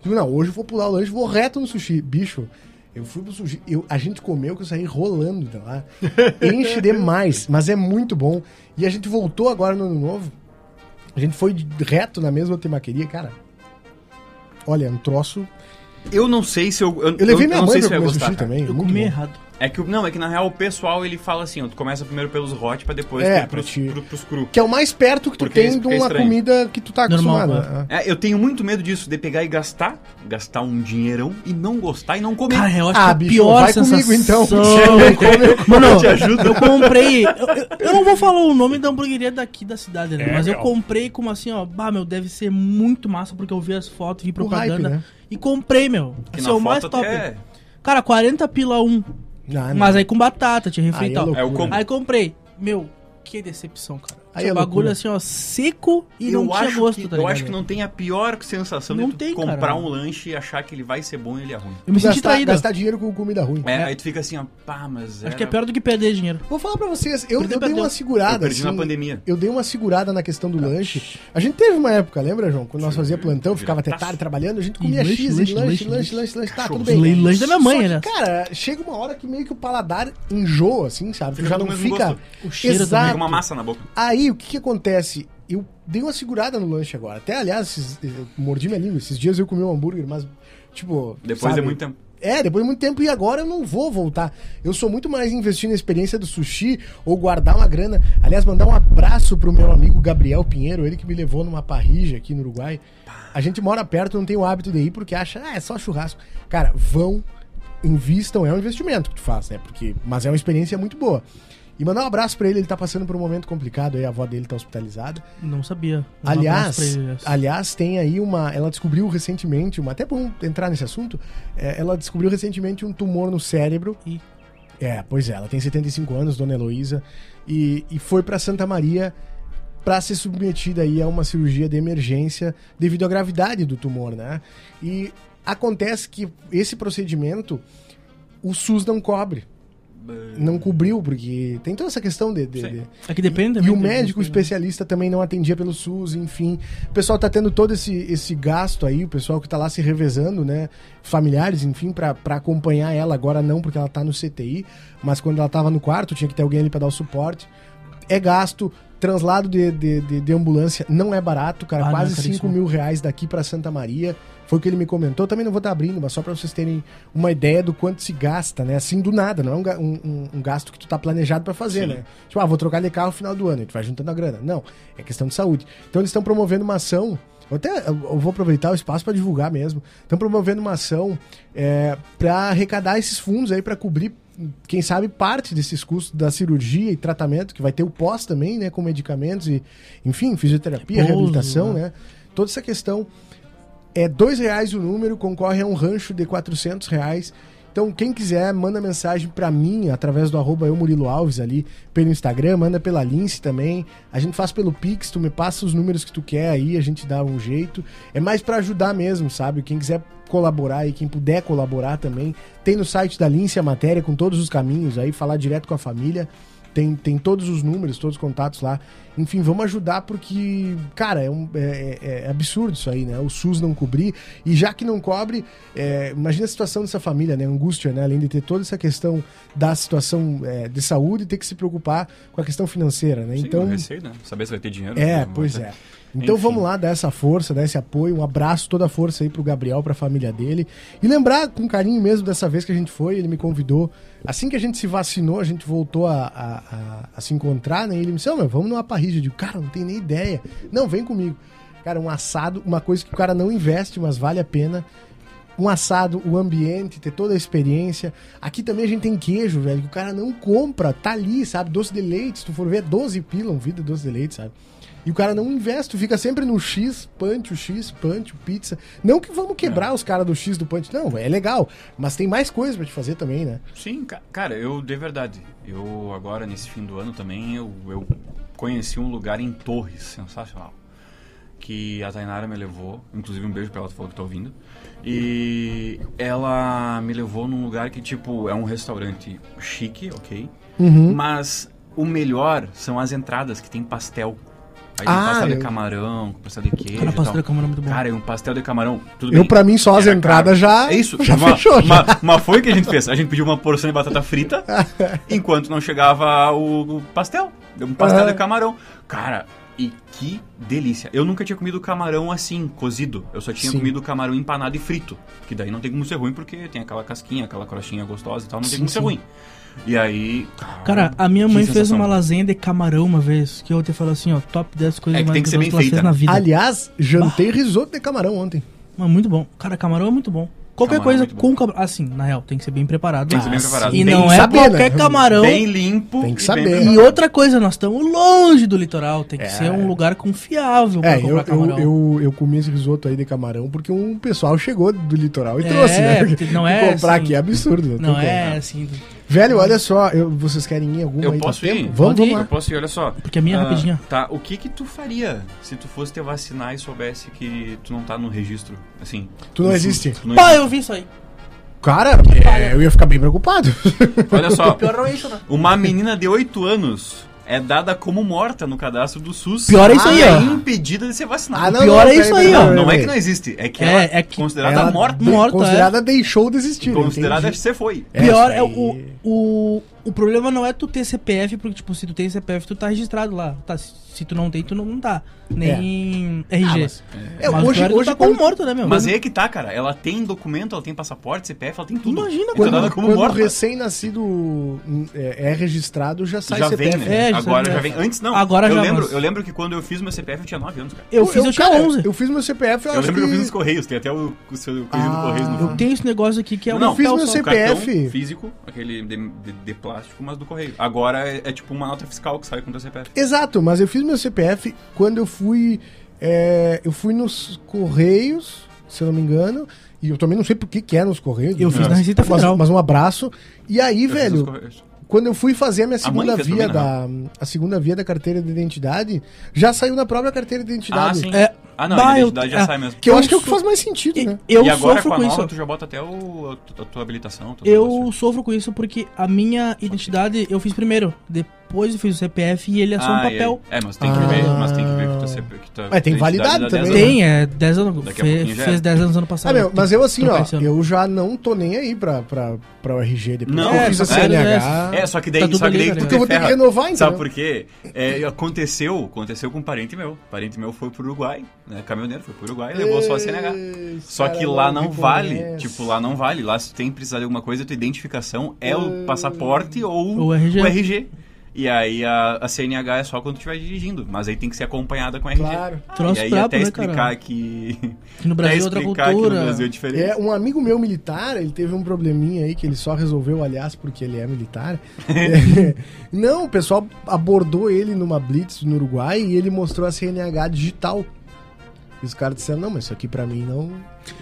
Speaker 4: Digo, não, hoje eu vou pular o lanche, vou reto no sushi. Bicho, eu fui pro sushi, eu, a gente comeu que eu saí rolando de lá. Enche demais, mas é muito bom. E a gente voltou agora no ano novo. A gente foi de- reto na mesma temaqueria, cara. Olha, é um troço
Speaker 5: Eu não sei se eu. Eu,
Speaker 4: eu levei minha
Speaker 5: não
Speaker 4: mãe
Speaker 5: sei se
Speaker 4: pra
Speaker 5: eu ia
Speaker 4: comer
Speaker 5: gostar.
Speaker 4: sushi
Speaker 5: cara.
Speaker 4: também.
Speaker 3: Eu
Speaker 4: muito
Speaker 3: comi
Speaker 4: bom.
Speaker 3: errado.
Speaker 5: É que, não, é que na real o pessoal ele fala assim: ó, tu começa primeiro pelos hot pra depois
Speaker 4: É,
Speaker 5: ir pros,
Speaker 4: pra ti.
Speaker 5: pro- pros cru.
Speaker 4: Que é o mais perto que tu
Speaker 5: Porque é-
Speaker 4: tem de
Speaker 5: porque é
Speaker 4: uma
Speaker 5: estranho.
Speaker 4: comida que tu tá
Speaker 3: Normal,
Speaker 4: acostumado.
Speaker 3: né?
Speaker 4: né?
Speaker 5: É, eu tenho muito medo disso, de pegar e gastar, gastar um dinheirão e não gostar e não comer.
Speaker 3: Cara, eu acho
Speaker 4: Ah,
Speaker 3: que a
Speaker 4: bicho,
Speaker 3: pior
Speaker 4: vai
Speaker 3: sensação...
Speaker 4: comigo, então.
Speaker 3: Mano, eu comprei... Eu, eu- eu não vou falar o nome da hamburgueria daqui da cidade,
Speaker 5: É,
Speaker 3: né? Mas eu comprei como assim, ó... Bah, meu, deve ser muito massa, porque eu vi as fotos, vi
Speaker 4: hype,
Speaker 3: propaganda.
Speaker 4: né?
Speaker 3: E comprei, meu.
Speaker 5: que
Speaker 3: Esse
Speaker 5: na
Speaker 3: é o
Speaker 5: foto
Speaker 3: mais
Speaker 5: até
Speaker 3: top.
Speaker 5: é-
Speaker 3: Cara, 40 pila um.
Speaker 4: Ah, não.
Speaker 3: Mas aí com batata, tinha refri
Speaker 4: Aí
Speaker 3: e
Speaker 4: é
Speaker 3: tal.
Speaker 4: loucura.
Speaker 5: É o combo.
Speaker 3: Aí comprei. Meu, que decepção, cara.
Speaker 4: Aí
Speaker 3: Tinha
Speaker 4: é
Speaker 3: bagulho
Speaker 4: loucura.
Speaker 3: assim, ó, seco e
Speaker 5: eu
Speaker 3: não tinha
Speaker 5: acho
Speaker 3: gosto,
Speaker 5: que,
Speaker 3: tá
Speaker 5: Eu
Speaker 3: ligado?
Speaker 5: acho que não tem a pior sensação
Speaker 3: Não
Speaker 5: de tu
Speaker 3: tem,
Speaker 5: comprar
Speaker 3: cara.
Speaker 5: um lanche e achar que ele vai ser bom e ele é ruim.
Speaker 3: Eu me senti
Speaker 4: gastar,
Speaker 3: traído.
Speaker 4: gastar dinheiro com comida ruim.
Speaker 5: É, Aí tu fica assim, ó, pá, mas.
Speaker 3: Acho que
Speaker 5: era-
Speaker 3: é
Speaker 4: né?
Speaker 3: pior do que perder dinheiro.
Speaker 4: Vou falar pra vocês, eu, eu
Speaker 3: Perdeu,
Speaker 4: dei uma
Speaker 3: perdeu.
Speaker 4: segurada.
Speaker 5: um- Eu perdi na
Speaker 4: assim,
Speaker 5: pandemia.
Speaker 4: Eu dei uma segurada na questão do
Speaker 3: Tá.
Speaker 4: lanche. A gente teve uma época, lembra, João? Quando nós fazia plantão, ficava
Speaker 5: Tá.
Speaker 4: até tarde trabalhando, a gente comia
Speaker 3: lanche,
Speaker 4: X, lanche, lanche,
Speaker 3: lanche, lanche,
Speaker 4: lanche, lanche, lanche, tá, tudo
Speaker 3: Cachorro.
Speaker 4: bem.
Speaker 3: Lanche da minha mãe,
Speaker 4: Só que,
Speaker 3: né?
Speaker 4: Cara, chega uma hora que meio que o paladar enjoa, assim, sabe? Tu
Speaker 5: Fica
Speaker 4: já
Speaker 5: com
Speaker 4: não
Speaker 5: o mesmo
Speaker 4: fica.
Speaker 5: gosto.
Speaker 3: O cheiro também.
Speaker 5: Fica
Speaker 4: Exato.
Speaker 5: uma massa na boca.
Speaker 4: Aí, o que que acontece? Eu dei uma segurada no lanche agora. Até, aliás, esses- eu mordi minha língua. Esses dias eu comi um hambúrguer, mas, tipo...
Speaker 5: Depois de muito tempo.
Speaker 4: É, depois de muito tempo. E agora eu não vou voltar. Eu sou muito mais investir na experiência do sushi ou guardar uma grana. Aliás, mandar um abraço pro meu amigo Gabriel Pinheiro, ele que me levou numa parrija aqui no Uruguai. A gente mora perto, não tem o hábito de ir porque acha, ah, é só churrasco. Cara, vão, invistam, é um investimento que tu faz, né? Porque, mas é uma experiência muito boa. E mandar um abraço pra ele, ele tá passando por um momento complicado aí, a avó dele tá hospitalizada.
Speaker 3: Não sabia. Um
Speaker 4: Aliás,
Speaker 3: abraço pra eles.
Speaker 4: aliás, tem aí uma. Ela descobriu recentemente, uma, até por entrar nesse assunto, é, ela descobriu recentemente um tumor no um cérebro.
Speaker 3: Ih.
Speaker 4: É, pois é, ela tem 75 anos, dona Heloísa, e, e foi pra Santa Maria pra ser submetida aí a uma cirurgia de emergência devido à gravidade do tumor, né? E acontece que esse procedimento o SUS não cobre. Não cobriu, porque tem toda essa questão de- de-
Speaker 5: Sim.
Speaker 4: de
Speaker 3: É né? que depende
Speaker 4: e
Speaker 3: também
Speaker 4: o
Speaker 3: do-
Speaker 4: médico
Speaker 3: do-
Speaker 4: especialista também não atendia pelo SUS, enfim. O pessoal tá tendo todo esse, esse gasto aí, o pessoal que tá lá se revezando, né? Familiares, enfim, pra pra acompanhar ela. Agora não, porque ela tá no CTI, mas quando ela tava no quarto, tinha que ter alguém ali pra dar o suporte. É gasto, translado de, de, de- de ambulância não é barato, cara.
Speaker 3: Ah, não, é
Speaker 4: quase 5
Speaker 3: caríssimo.
Speaker 4: mil reais daqui pra Santa Maria. Foi o que ele me comentou. Também não vou estar abrindo, mas só pra vocês terem uma ideia do quanto se gasta, né? Assim, do nada, não é um, ga- um- um- um gasto que tu tá planejado pra fazer,
Speaker 5: Sim.
Speaker 4: né? Tipo, ah, vou trocar de carro no final do ano, a gente vai juntando a grana. Não, é questão de saúde. Então eles estão promovendo uma ação. Eu até eu vou aproveitar o espaço para divulgar mesmo. Estão promovendo uma ação é, para arrecadar esses fundos aí para cobrir, quem sabe, parte desses custos da cirurgia e tratamento, que vai ter o pós também, né? Com medicamentos e, enfim, fisioterapia,
Speaker 3: Repouso,
Speaker 4: reabilitação,
Speaker 3: né?
Speaker 4: né? Toda essa questão. É dois reais o número, concorre a um rancho de 400 reais. Então, quem quiser, manda mensagem pra mim através do arroba eu Murilo Alves ali pelo Instagram, manda pela Lince também. A gente faz pelo Pix, tu me passa os números que tu quer aí, a gente dá um jeito. É mais pra ajudar mesmo, sabe? Quem quiser colaborar e quem puder colaborar também, tem no site da Lince a matéria com todos os caminhos aí, falar direto com a família. Tem, tem todos os números, todos os contatos lá. Enfim, vamos ajudar porque, cara, é, um- é- é- é absurdo isso aí, né? O SUS não cobrir. E já que não cobre, é, imagina a situação dessa família, né? Angústia, né? Além de ter toda essa questão da situação é, de saúde, ter que se preocupar com a questão financeira, né?
Speaker 5: Sim,
Speaker 4: então.
Speaker 5: eu receio, né? Saber se vai ter dinheiro. né?
Speaker 4: É,
Speaker 5: Não
Speaker 4: pois
Speaker 5: vai ter.
Speaker 4: é. Então
Speaker 5: Enfim.
Speaker 4: vamos lá dar essa força, dar esse apoio, um abraço, toda a força aí pro Gabriel, pra família dele. E lembrar com carinho mesmo dessa vez que a gente foi, ele me convidou. Assim que a gente se vacinou, a gente voltou a, a- a- a se encontrar, né? E ele me disse, "Ô, meu, vamos numa parrilla. Eu digo, cara, não tem nem ideia. Não, vem comigo. Cara, um assado, uma coisa que o cara não investe, mas vale a pena um assado, o ambiente, ter toda a experiência. Aqui também a gente tem queijo, velho, que o cara não compra, tá ali, sabe? Doce de leite, se tu for ver, é 12 pila um vidro de doce de leite, sabe? E o cara não investe, tu fica sempre no X, Punch, o X, Punch, o pizza. Não que vamos quebrar
Speaker 3: É.
Speaker 4: os caras do X do Punch, não, é legal. Mas tem mais coisa pra te fazer também, né?
Speaker 5: Sim, ca- cara, eu de verdade. Eu agora, nesse fim do ano também, eu, eu conheci um lugar em Torres, sensacional. Que a Tainara me levou, inclusive um beijo pra ela, tu falou que tá ouvindo. E ela me levou num lugar que, tipo, é um restaurante chique, ok?
Speaker 3: Uhum.
Speaker 5: Mas o melhor são as entradas, que tem pastel. Aí tem
Speaker 4: Ah,
Speaker 5: pastel
Speaker 4: eu-
Speaker 5: de camarão, com pastel de queijo.
Speaker 3: Cara,
Speaker 5: e
Speaker 3: pastel
Speaker 5: tal.
Speaker 3: de camarão é muito bom.
Speaker 5: Cara, e um pastel de camarão, tudo
Speaker 4: Eu,
Speaker 5: bem.
Speaker 4: pra mim, só as
Speaker 5: Era
Speaker 4: entradas
Speaker 5: caro.
Speaker 4: já-
Speaker 5: É isso,
Speaker 4: já
Speaker 5: uma,
Speaker 4: fechou, já.
Speaker 5: Uma, uma foi que a gente fez. A gente pediu uma porção de batata frita enquanto não chegava o, o pastel. Um pastel
Speaker 4: Aham.
Speaker 5: de camarão. Cara, e que delícia. Eu nunca tinha comido camarão assim, cozido. Eu só tinha
Speaker 4: Sim.
Speaker 5: comido camarão empanado e frito. Que daí não tem como ser ruim porque tem aquela casquinha, aquela crostinha gostosa e tal. Não
Speaker 4: Sim,
Speaker 5: tem como ser
Speaker 4: sim.
Speaker 5: ruim. E aí.
Speaker 3: Cara, a minha
Speaker 5: que
Speaker 3: mãe fez
Speaker 5: sensação.
Speaker 3: uma lasanha de camarão uma vez, que eu te falo assim, ó, top 10 coisas
Speaker 5: É que
Speaker 3: mais
Speaker 5: tem que ser bem
Speaker 3: gostosas
Speaker 5: feita, né?
Speaker 3: ela fez na vida.
Speaker 4: Aliás, jantei risoto de camarão ontem.
Speaker 3: Mas muito bom. Cara, camarão é muito bom. Qualquer
Speaker 5: Camarão é
Speaker 3: coisa
Speaker 5: muito bom.
Speaker 3: com camarão. Assim, na real, tem que ser bem preparado.
Speaker 5: Tem que ser bem
Speaker 3: Ah,
Speaker 5: preparado.
Speaker 3: E
Speaker 5: Tem
Speaker 3: não
Speaker 5: que
Speaker 3: é
Speaker 4: saber,
Speaker 3: qualquer
Speaker 4: né?
Speaker 3: camarão.
Speaker 5: Bem limpo.
Speaker 4: Tem que
Speaker 5: e
Speaker 4: saber.
Speaker 5: Bem
Speaker 3: E outra coisa, nós estamos longe do litoral. Tem que
Speaker 4: É.
Speaker 3: ser um lugar confiável pra
Speaker 4: É, eu,
Speaker 3: comprar
Speaker 4: eu,
Speaker 3: camarão.
Speaker 4: eu, eu comi esse risoto aí de camarão porque um pessoal chegou do litoral e
Speaker 3: É,
Speaker 4: trouxe, né?
Speaker 3: porque não é
Speaker 4: comprar
Speaker 3: assim-
Speaker 4: aqui é absurdo. tem
Speaker 3: Não
Speaker 4: como.
Speaker 3: é assim.
Speaker 4: Velho, olha só, eu- vocês querem ir em alguma
Speaker 5: Eu
Speaker 4: aí? Dá
Speaker 5: posso
Speaker 4: tempo?
Speaker 5: ir?
Speaker 4: Vamos,
Speaker 3: Pode
Speaker 4: vamos
Speaker 3: ir.
Speaker 5: Eu
Speaker 4: lá.
Speaker 5: posso ir, olha só.
Speaker 3: Porque a minha é
Speaker 5: Ah,
Speaker 3: rapidinha.
Speaker 5: Tá, o que que tu faria se tu fosse te vacinar e soubesse que tu não tá no registro? Assim.
Speaker 4: Tu não
Speaker 5: no-
Speaker 4: existe.
Speaker 5: tu não
Speaker 3: Pá,
Speaker 5: existe.
Speaker 3: eu vi isso aí.
Speaker 4: Cara, é, eu ia ficar bem preocupado.
Speaker 5: Olha só.
Speaker 3: Pior não é isso, né?
Speaker 5: Uma menina de 8 anos é dada como morta no cadastro do SUS.
Speaker 3: Pior é isso
Speaker 5: e
Speaker 3: aí, ó.
Speaker 5: impedida de ser vacinada.
Speaker 4: Ah, não,
Speaker 3: pior é
Speaker 4: peraí,
Speaker 3: isso
Speaker 4: peraí,
Speaker 3: aí,
Speaker 4: peraí,
Speaker 3: ó.
Speaker 5: Não,
Speaker 4: peraí,
Speaker 5: não é
Speaker 4: peraí.
Speaker 5: que não existe. É que
Speaker 3: É,
Speaker 5: ela
Speaker 3: é que
Speaker 5: considerada
Speaker 4: Ela
Speaker 5: morta. né?
Speaker 3: morta, é.
Speaker 4: Considerada deixou de existir.
Speaker 5: Considerada
Speaker 4: entendi.
Speaker 5: você foi.
Speaker 4: É,
Speaker 3: Pior
Speaker 4: isso
Speaker 3: é
Speaker 4: aí.
Speaker 3: o, o. O problema não é tu ter CPF, porque, tipo, se tu tem CPF, tu tá registrado lá. Tá, se tu não tem, tu não, não tá. Nem
Speaker 4: Ah,
Speaker 3: RG.
Speaker 4: mas- É,
Speaker 3: Mas
Speaker 4: hoje,
Speaker 3: pior é tu
Speaker 4: hoje
Speaker 3: tá
Speaker 4: quando,
Speaker 3: como morto, né, meu?
Speaker 5: Mas aí é que tá, cara. Ela tem documento, ela tem passaporte, CPF, ela tem tudo.
Speaker 3: Imagina
Speaker 5: E tá
Speaker 4: quando,
Speaker 5: dada como
Speaker 4: quando o
Speaker 5: morta.
Speaker 4: recém-nascido hum, é, é registrado, já sai
Speaker 5: já
Speaker 4: CPF.
Speaker 5: vem, né?
Speaker 3: É, já
Speaker 5: Agora
Speaker 3: vem.
Speaker 5: já vem. Antes não.
Speaker 3: Agora
Speaker 5: eu
Speaker 3: já,
Speaker 5: lembro,
Speaker 3: mas-
Speaker 5: Eu lembro que quando eu fiz meu CPF eu tinha 9 anos, cara.
Speaker 3: É, Eu fiz, eu, tinha
Speaker 4: cara,
Speaker 3: 11.
Speaker 4: Eu fiz meu CPF, eu,
Speaker 5: Eu
Speaker 4: acho
Speaker 5: lembro que eu fiz nos
Speaker 4: que...
Speaker 5: Correios, tem até o, o seu coisinho
Speaker 4: Ah,
Speaker 5: do Correios no
Speaker 4: eu
Speaker 5: fundo.
Speaker 3: Tem esse negócio aqui que é
Speaker 5: Não,
Speaker 3: um
Speaker 5: fiz
Speaker 4: meu
Speaker 3: calção.
Speaker 4: CPF.
Speaker 5: Cartão físico, aquele de, de- de plástico, mas do Correio. Agora é, é tipo uma nota fiscal que sai com o teu CPF.
Speaker 4: Exato, mas eu fiz meu CPF quando eu fui... é, eu fui nos Correios, se eu não me engano, E eu também não sei por que que é nos Correios.
Speaker 3: Eu fiz na Receita
Speaker 4: mas,
Speaker 3: Federal.
Speaker 4: mas um abraço. E aí, velho, quando eu fui fazer a minha segunda
Speaker 5: fez né?
Speaker 4: via
Speaker 5: também,
Speaker 4: da a segunda via da carteira de identidade, já saiu na própria carteira de
Speaker 5: Ah,
Speaker 4: identidade.
Speaker 5: sim.
Speaker 3: É.
Speaker 5: Ah, não,
Speaker 3: Bah,
Speaker 5: a
Speaker 3: eu-
Speaker 5: identidade já
Speaker 3: é.
Speaker 5: sai mesmo.
Speaker 4: Que eu,
Speaker 3: Eu
Speaker 4: acho que é o que
Speaker 3: sou-
Speaker 4: faz mais sentido, né?
Speaker 3: Eu
Speaker 5: e agora
Speaker 3: sofro
Speaker 5: com a
Speaker 3: com
Speaker 5: nova,
Speaker 3: isso.
Speaker 5: tu já bota até o, a, tu- a tua habilitação. teu
Speaker 3: Eu
Speaker 5: negócio.
Speaker 3: sofro com isso porque a minha identidade eu fiz primeiro. Depois eu fiz o CPF e ele é só um
Speaker 5: Ah,
Speaker 3: papel.
Speaker 5: É, é, mas tem que ver, mas tem que ver que tu sempre que tu.
Speaker 4: Mas tem validade também, né?
Speaker 3: Tem, é 10 anos.
Speaker 5: Daqui a
Speaker 3: fe-
Speaker 5: pouquinho já
Speaker 3: fez
Speaker 5: é.
Speaker 3: 10 anos ano passado.
Speaker 4: Ah, meu, mas eu assim,
Speaker 3: Trocar
Speaker 4: ó,
Speaker 3: esse ano.
Speaker 4: eu já não tô nem aí pra, pra, pra RG depois
Speaker 5: Não,
Speaker 4: que eu fiz a
Speaker 5: é,
Speaker 4: CNH.
Speaker 5: É, só que daí,
Speaker 3: Tá tudo
Speaker 5: só que daí
Speaker 3: ali,
Speaker 5: tu
Speaker 3: né?
Speaker 5: te
Speaker 4: Porque eu vou ter que
Speaker 5: ferra.
Speaker 4: renovar, então.
Speaker 5: Sabe por quê? É, aconteceu, aconteceu com um parente meu. Parente meu foi pro Uruguai, né? Caminhoneiro, foi pro Uruguai e levou só a CNH. Só que lá não vale, tipo, lá não vale. Lá se tem que precisar de alguma coisa, tua identificação é o passaporte ou
Speaker 3: O RG.
Speaker 5: E aí a, a CNH é só quando tu estiver dirigindo, mas aí tem que ser acompanhada com a RG.
Speaker 4: Claro.
Speaker 3: Troço
Speaker 5: e aí
Speaker 3: brabo,
Speaker 5: até
Speaker 3: né,
Speaker 5: explicar
Speaker 3: cara?
Speaker 5: que...
Speaker 3: Que no Brasil é outra
Speaker 5: até explicar que
Speaker 3: cultura.
Speaker 5: no Brasil é diferente.
Speaker 4: É, um amigo meu militar, ele teve um probleminha aí que ele só resolveu, aliás, porque ele é militar. É, não, o pessoal abordou ele numa blitz no Uruguai e ele mostrou a CNH digital. E os caras disseram, não, mas isso aqui pra mim não...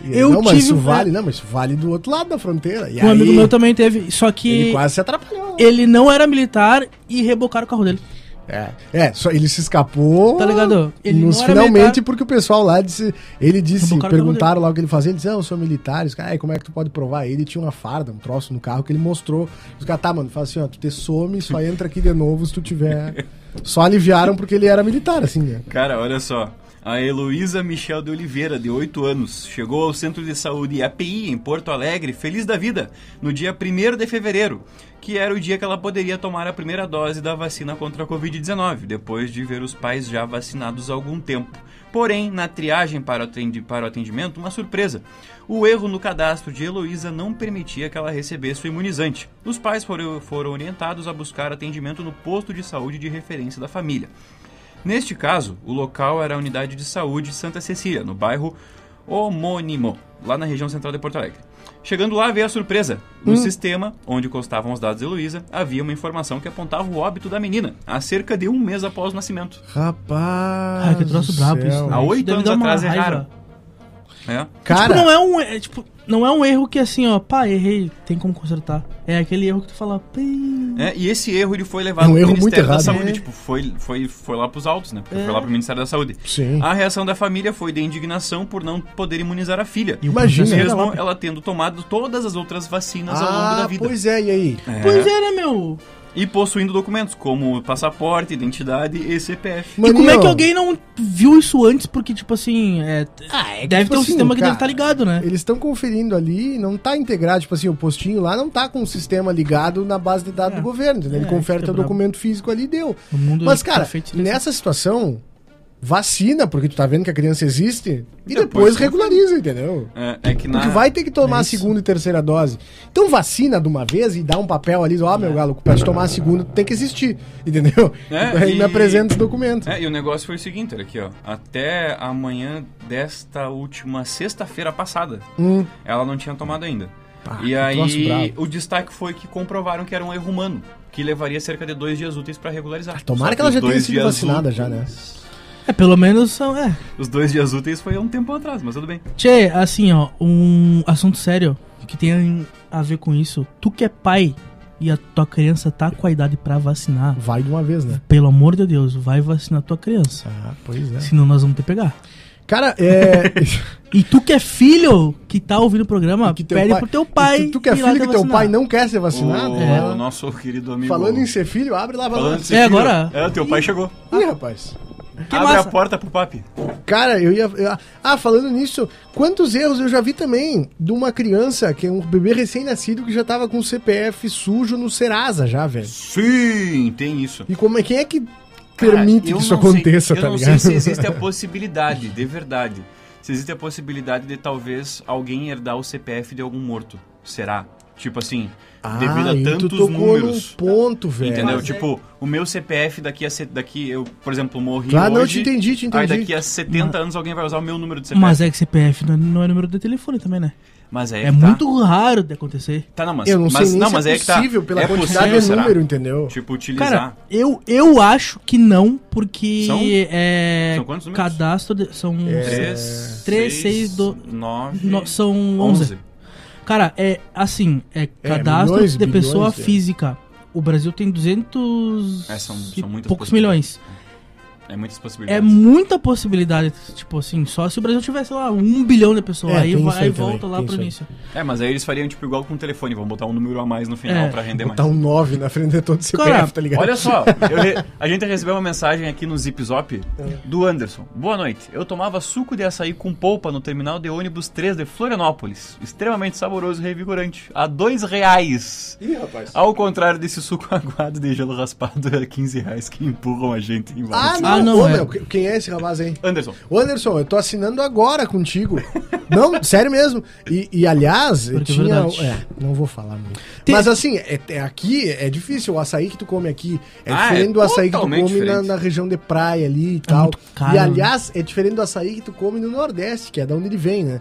Speaker 4: E ele,
Speaker 3: Eu
Speaker 4: não, mas
Speaker 3: tive
Speaker 4: isso
Speaker 3: um-
Speaker 4: vale, não, mas isso vale do outro lado da fronteira. E
Speaker 3: Um
Speaker 4: aí,
Speaker 3: amigo meu também teve. Só
Speaker 4: ele
Speaker 3: que
Speaker 4: quase se atrapalhou.
Speaker 3: ele não era militar e rebocaram o carro dele.
Speaker 4: É, é só, ele se escapou.
Speaker 3: Tá ligado? Ele
Speaker 4: nos
Speaker 3: não era
Speaker 4: finalmente,
Speaker 3: militar.
Speaker 4: porque o pessoal lá disse. Ele disse,
Speaker 3: Rebocaram
Speaker 4: perguntaram lá o que ele fazia. Ele disse, ah, eu sou militar. Os caras, "Ah, e como é que tu pode provar? Ele tinha uma farda, um troço no carro que ele mostrou. Os caras, tá, mano, faz assim, ó, tu te some, só entra aqui de novo se tu tiver. Só aliviaram porque ele era militar, assim, né?
Speaker 5: Cara, olha só. A Heloísa Michel de Oliveira, de 8 anos, chegou ao Centro de Saúde API em Porto Alegre, feliz da vida, no dia 1 de fevereiro, que era o dia que ela poderia tomar a primeira dose da vacina contra a Covid-19, depois de ver os pais já vacinados há algum tempo. Porém, na triagem para o atendi- para o atendimento, uma surpresa. O erro no cadastro de Heloísa não permitia que ela recebesse o imunizante. Os pais foram- foram orientados a buscar atendimento no posto de saúde de referência da família. Neste caso, o local era a unidade de saúde Santa Cecília, no bairro homônimo, lá na região central de Porto Alegre. Chegando lá, veio a surpresa.
Speaker 4: Hum.
Speaker 5: No sistema, onde constavam os dados de Heloísa, havia uma informação que apontava o óbito da menina, há cerca de um mês após o nascimento.
Speaker 4: Rapaz.
Speaker 3: Cara, Ah, que troço
Speaker 4: do
Speaker 3: brabo
Speaker 4: céu.
Speaker 3: isso. né?
Speaker 5: Há oito
Speaker 3: Deve
Speaker 5: anos
Speaker 3: dar uma
Speaker 5: atrás é
Speaker 3: raiva.
Speaker 5: raro. É.
Speaker 4: Cara,
Speaker 3: Tipo, não é um. é, tipo, não é um erro que assim, ó, pá, errei, tem como consertar. É aquele erro que tu fala, "Pi".
Speaker 5: É, e esse erro ele foi levado
Speaker 4: É um erro
Speaker 5: pro Ministério
Speaker 4: muito
Speaker 5: da
Speaker 4: errado,
Speaker 5: Saúde,
Speaker 4: né? É.
Speaker 5: tipo, foi, foi, foi lá pros altos, né? Foi lá pro Ministério da Saúde.
Speaker 4: Sim.
Speaker 5: A reação da família foi de indignação por não poder imunizar a filha.
Speaker 4: Imagina.
Speaker 5: mesmo ela tendo tomado todas as outras vacinas ao longo da
Speaker 4: Ah,
Speaker 5: vida.
Speaker 4: pois é, e aí?
Speaker 5: É.
Speaker 3: Pois é, né, meu?
Speaker 5: E possuindo documentos como passaporte, identidade e CPF.
Speaker 3: e como é que alguém não viu isso antes? Porque, tipo assim, é, deve
Speaker 4: tipo
Speaker 3: ter um
Speaker 4: assim,
Speaker 3: sistema que
Speaker 4: cara,
Speaker 3: deve estar ligado, né?
Speaker 4: Eles estão conferindo ali, não tá integrado, tipo assim, o postinho lá não tá com o sistema ligado na base de dados
Speaker 3: É.
Speaker 4: do governo, entendeu? Ele
Speaker 3: É,
Speaker 4: confere
Speaker 3: isso é
Speaker 4: teu
Speaker 3: brabo.
Speaker 4: documento físico ali e deu.
Speaker 3: O mundo
Speaker 4: Mas,
Speaker 3: é
Speaker 4: cara,
Speaker 3: perfeito, né?
Speaker 4: nessa situação, vacina, porque tu tá vendo que a criança existe, e depois
Speaker 5: Depois confere.
Speaker 4: regulariza, entendeu?
Speaker 5: É, é que na.
Speaker 4: Porque vai ter que tomar
Speaker 3: é
Speaker 4: a
Speaker 3: isso.
Speaker 4: segunda e terceira dose. Então vacina de uma vez e dá um papel ali, ó, meu galo, pra te tomar a segunda, tu tem que existir, entendeu?
Speaker 5: É,
Speaker 4: Aí me
Speaker 5: e-
Speaker 4: apresenta os documentos.
Speaker 5: É, e o negócio foi o seguinte, olha aqui, ó. Até amanhã desta última sexta-feira passada,
Speaker 4: Hum.
Speaker 5: ela não tinha tomado ainda.
Speaker 4: Pá, Ah, que
Speaker 5: e
Speaker 4: troço
Speaker 5: aí,
Speaker 4: brabo.
Speaker 5: o destaque foi que comprovaram que era um erro humano, que levaria cerca de dois dias úteis pra regularizar.
Speaker 4: Ah, tomara
Speaker 5: Só
Speaker 4: que ela
Speaker 5: os
Speaker 4: já tenha
Speaker 5: dois
Speaker 4: sido
Speaker 5: dias
Speaker 4: vacinada
Speaker 5: úteis-
Speaker 4: já, né?
Speaker 3: É, pelo menos são. É.
Speaker 5: Os dois dias úteis foi há um tempo atrás, mas tudo bem.
Speaker 3: Tchê, assim, ó, um assunto sério que tem a ver com isso. Tu que é pai e a tua criança tá com a idade pra vacinar,
Speaker 4: Vai de uma vez, né?
Speaker 3: pelo amor de Deus, vai vacinar tua criança.
Speaker 4: Ah, pois é.
Speaker 3: Senão nós vamos ter que pegar.
Speaker 4: Cara, é.
Speaker 3: E tu que é filho que tá ouvindo o programa,
Speaker 4: E que teu
Speaker 3: pede
Speaker 4: pai-
Speaker 3: pro teu pai.
Speaker 4: E tu, tu que é
Speaker 3: ir lá
Speaker 4: filho
Speaker 3: te
Speaker 4: que teu
Speaker 3: vacinar.
Speaker 4: pai não quer ser vacinado?
Speaker 5: o,
Speaker 3: É.
Speaker 5: o nosso querido amigo.
Speaker 4: Falando em ser filho, abre lá a
Speaker 5: Falando em
Speaker 4: balança.
Speaker 5: ser
Speaker 3: É,
Speaker 5: filho,
Speaker 3: agora-
Speaker 5: É, teu pai chegou.
Speaker 4: Ih, rapaz.
Speaker 3: Que
Speaker 5: Abre
Speaker 3: massa.
Speaker 5: a porta pro papi.
Speaker 4: Cara, eu ia. eu- ah, falando nisso, quantos erros eu já vi também de uma criança, que é um bebê recém-nascido que já tava com um o CPF sujo no Serasa já, velho.
Speaker 5: Sim, tem isso.
Speaker 4: E como é, quem é que
Speaker 5: Cara,
Speaker 4: permite
Speaker 5: eu
Speaker 4: que isso
Speaker 5: não
Speaker 4: aconteça,
Speaker 5: sei,
Speaker 4: tá
Speaker 5: Eu não
Speaker 4: ligado?
Speaker 5: sei se existe a possibilidade, de verdade. Se existe a possibilidade de talvez alguém herdar o CPF de algum morto. Será? Tipo assim,
Speaker 4: Ah,
Speaker 5: devido a
Speaker 4: e
Speaker 5: tantos
Speaker 4: tu tocou
Speaker 5: números.
Speaker 4: num ponto, velho.
Speaker 5: Entendeu?
Speaker 6: Mas é-
Speaker 5: tipo, o meu CPF daqui a. se- Daqui, eu, por exemplo, morri.
Speaker 4: Claro, não,
Speaker 5: hoje,
Speaker 4: te entendi, te
Speaker 5: Aí
Speaker 4: entendi.
Speaker 5: daqui a 70 anos alguém vai usar o meu número de CPF.
Speaker 3: Mas é que CPF não é, não é número de telefone também, né?
Speaker 5: Mas aí
Speaker 3: É,
Speaker 5: que tá.
Speaker 3: muito raro de acontecer.
Speaker 5: Tá, não, mas.
Speaker 4: Eu não sei
Speaker 5: mas,
Speaker 4: nem
Speaker 5: não,
Speaker 4: se
Speaker 5: mas
Speaker 4: é
Speaker 5: aí que tá.
Speaker 4: possível pela
Speaker 5: É
Speaker 4: quantidade
Speaker 5: possível,
Speaker 4: de
Speaker 5: será?
Speaker 4: número, entendeu?
Speaker 5: Tipo, utilizar.
Speaker 3: Cara, eu, eu acho que não, porque
Speaker 5: São?
Speaker 3: é
Speaker 5: São quantos números?
Speaker 3: cadastro de- são
Speaker 4: É.
Speaker 5: Três,
Speaker 3: três,
Speaker 5: seis,
Speaker 3: seis, do-
Speaker 5: nove,
Speaker 3: no- são 11.
Speaker 5: onze.
Speaker 3: Cara, é assim, é
Speaker 4: É,
Speaker 3: cadastro
Speaker 4: milhões,
Speaker 3: de
Speaker 4: bilhões,
Speaker 3: pessoa
Speaker 4: é.
Speaker 3: física. O Brasil tem 200
Speaker 5: É, são-
Speaker 3: e
Speaker 5: são muitas
Speaker 3: poucos
Speaker 5: possibilidades.
Speaker 3: milhões.
Speaker 5: É muitas
Speaker 3: É
Speaker 5: possibilidades.
Speaker 3: muita possibilidade, tipo assim, só se o Brasil tivesse, sei lá, um bilhão de pessoas.
Speaker 4: É,
Speaker 3: aí
Speaker 4: tem
Speaker 3: vai
Speaker 4: isso aí
Speaker 3: e volta
Speaker 4: também,
Speaker 3: lá
Speaker 4: tem
Speaker 3: pro
Speaker 4: isso aí.
Speaker 3: início.
Speaker 5: É, mas aí eles fariam tipo igual com o telefone, vão botar um número a mais no final
Speaker 3: É,
Speaker 5: pra render mais.
Speaker 4: Botar um 9 na frente de todo o CPF,
Speaker 3: Cara,
Speaker 4: tá ligado?
Speaker 5: Olha só, eu re- a gente recebeu uma mensagem aqui no Zip Zop do Anderson. Boa noite. Eu tomava suco de açaí com polpa no terminal de ônibus 3 de Florianópolis. Extremamente saboroso e revigorante. A dois reais.
Speaker 4: Ih, rapaz.
Speaker 5: Ao contrário desse suco aguado de gelo raspado, é 15 reais que empurram a gente em volta.
Speaker 4: Ah, não,
Speaker 3: Ah, não,
Speaker 4: Ô,
Speaker 3: é.
Speaker 4: meu, que- quem é esse rapaz aí?
Speaker 5: Anderson,
Speaker 4: Ô, Anderson, eu tô assinando agora contigo. Não, sério mesmo. E, e, aliás, eu
Speaker 3: Porque é
Speaker 4: tinha.
Speaker 3: verdade.
Speaker 4: é, não vou falar muito.
Speaker 3: Tem-
Speaker 4: Mas assim, é- é aqui é difícil. O açaí que tu come aqui é
Speaker 5: Ah,
Speaker 4: diferente
Speaker 5: é
Speaker 4: do açaí que tu
Speaker 5: totalmente
Speaker 4: come na,
Speaker 5: diferente.
Speaker 4: na região de praia ali e tal.
Speaker 3: muito caro,
Speaker 4: e
Speaker 3: né?
Speaker 4: aliás, é diferente do açaí que tu come no Nordeste, que é da onde ele vem, né?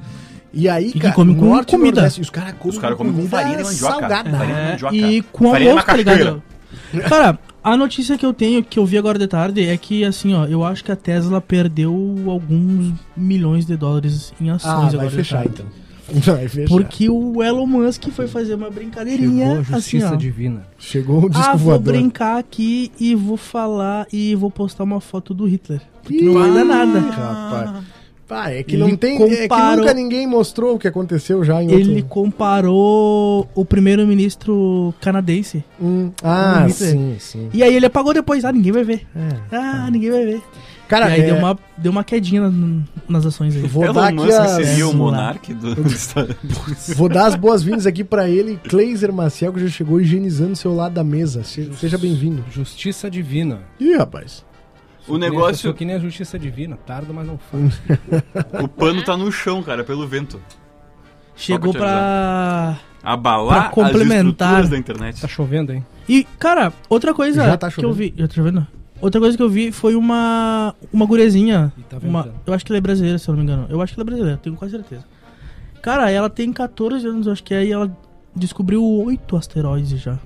Speaker 4: E aí,
Speaker 3: que
Speaker 4: cara,
Speaker 3: come com
Speaker 4: norte e
Speaker 3: comida.
Speaker 4: nordeste, e os caras comem
Speaker 5: os caras comem com farinha de mandioca.
Speaker 4: salgada.
Speaker 5: Farinha de
Speaker 3: É,
Speaker 5: mandioca.
Speaker 3: e com
Speaker 5: Farinha
Speaker 3: almoço,
Speaker 5: na
Speaker 3: tá ligado?
Speaker 5: cachoeira.
Speaker 3: Cara, a notícia que eu tenho, que eu vi agora de tarde, é que, assim, ó, eu acho que a Tesla perdeu alguns milhões de dólares em
Speaker 4: Ah,
Speaker 3: ações
Speaker 4: vai
Speaker 3: agora de
Speaker 4: fechar
Speaker 3: tarde.
Speaker 4: então. Vai fechar.
Speaker 3: Porque o Elon Musk foi fazer uma brincadeirinha, assim, ó.
Speaker 7: divina.
Speaker 4: Chegou o disco
Speaker 3: Ah, vou
Speaker 4: voador.
Speaker 3: brincar aqui e vou falar e vou postar uma foto do Hitler. Porque não vai dar
Speaker 4: Ih,
Speaker 3: nada.
Speaker 4: Rapaz. Pá, é que
Speaker 3: Ele
Speaker 4: não tem. É que
Speaker 3: comparou-
Speaker 4: nunca ninguém mostrou o que aconteceu já em
Speaker 3: Ele
Speaker 4: outro.
Speaker 3: comparou o primeiro-ministro canadense.
Speaker 4: Hum, ah,
Speaker 3: Ele-
Speaker 4: sim, sim.
Speaker 3: E aí ele apagou depois. Ah, ninguém vai ver.
Speaker 4: É.
Speaker 3: Ah, ninguém vai ver.
Speaker 4: Cara,
Speaker 3: e aí
Speaker 4: é,
Speaker 3: deu, uma, deu uma quedinha na- nas ações aí.
Speaker 4: vou dar
Speaker 5: Elon
Speaker 4: aqui
Speaker 5: Musk
Speaker 4: as,
Speaker 5: É seria o
Speaker 3: Vamos lá.
Speaker 5: monarque do, do estado.
Speaker 4: vou dar as boas-vindas aqui pra ele, Cleiser Maciel, que já chegou higienizando o seu lado da mesa. Se- Seja bem-vindo.
Speaker 7: Justiça divina.
Speaker 4: Ih, rapaz.
Speaker 5: O
Speaker 7: Eu sou
Speaker 5: negócio,
Speaker 7: que nem a justiça divina, tarda, mas não faz.
Speaker 5: o pano tá no chão, cara, pelo vento.
Speaker 3: Chegou
Speaker 5: pra te
Speaker 3: pra.
Speaker 5: Abalar
Speaker 3: Pra complementar.
Speaker 5: as estruturas da internet.
Speaker 7: Tá chovendo, hein?
Speaker 3: E, cara, outra coisa
Speaker 4: Já tá
Speaker 3: que eu
Speaker 4: chovendo.
Speaker 3: vi. Já tá chovendo? Outra coisa que eu vi foi uma. Uma gurezinha.
Speaker 7: E tá
Speaker 3: uma-
Speaker 7: ventando.
Speaker 3: eu acho que ela é brasileira, se eu não me engano. Eu acho que ela é brasileira, tenho quase certeza. Cara, ela tem 14 anos, eu acho que é, e ela descobriu oito asteroides já.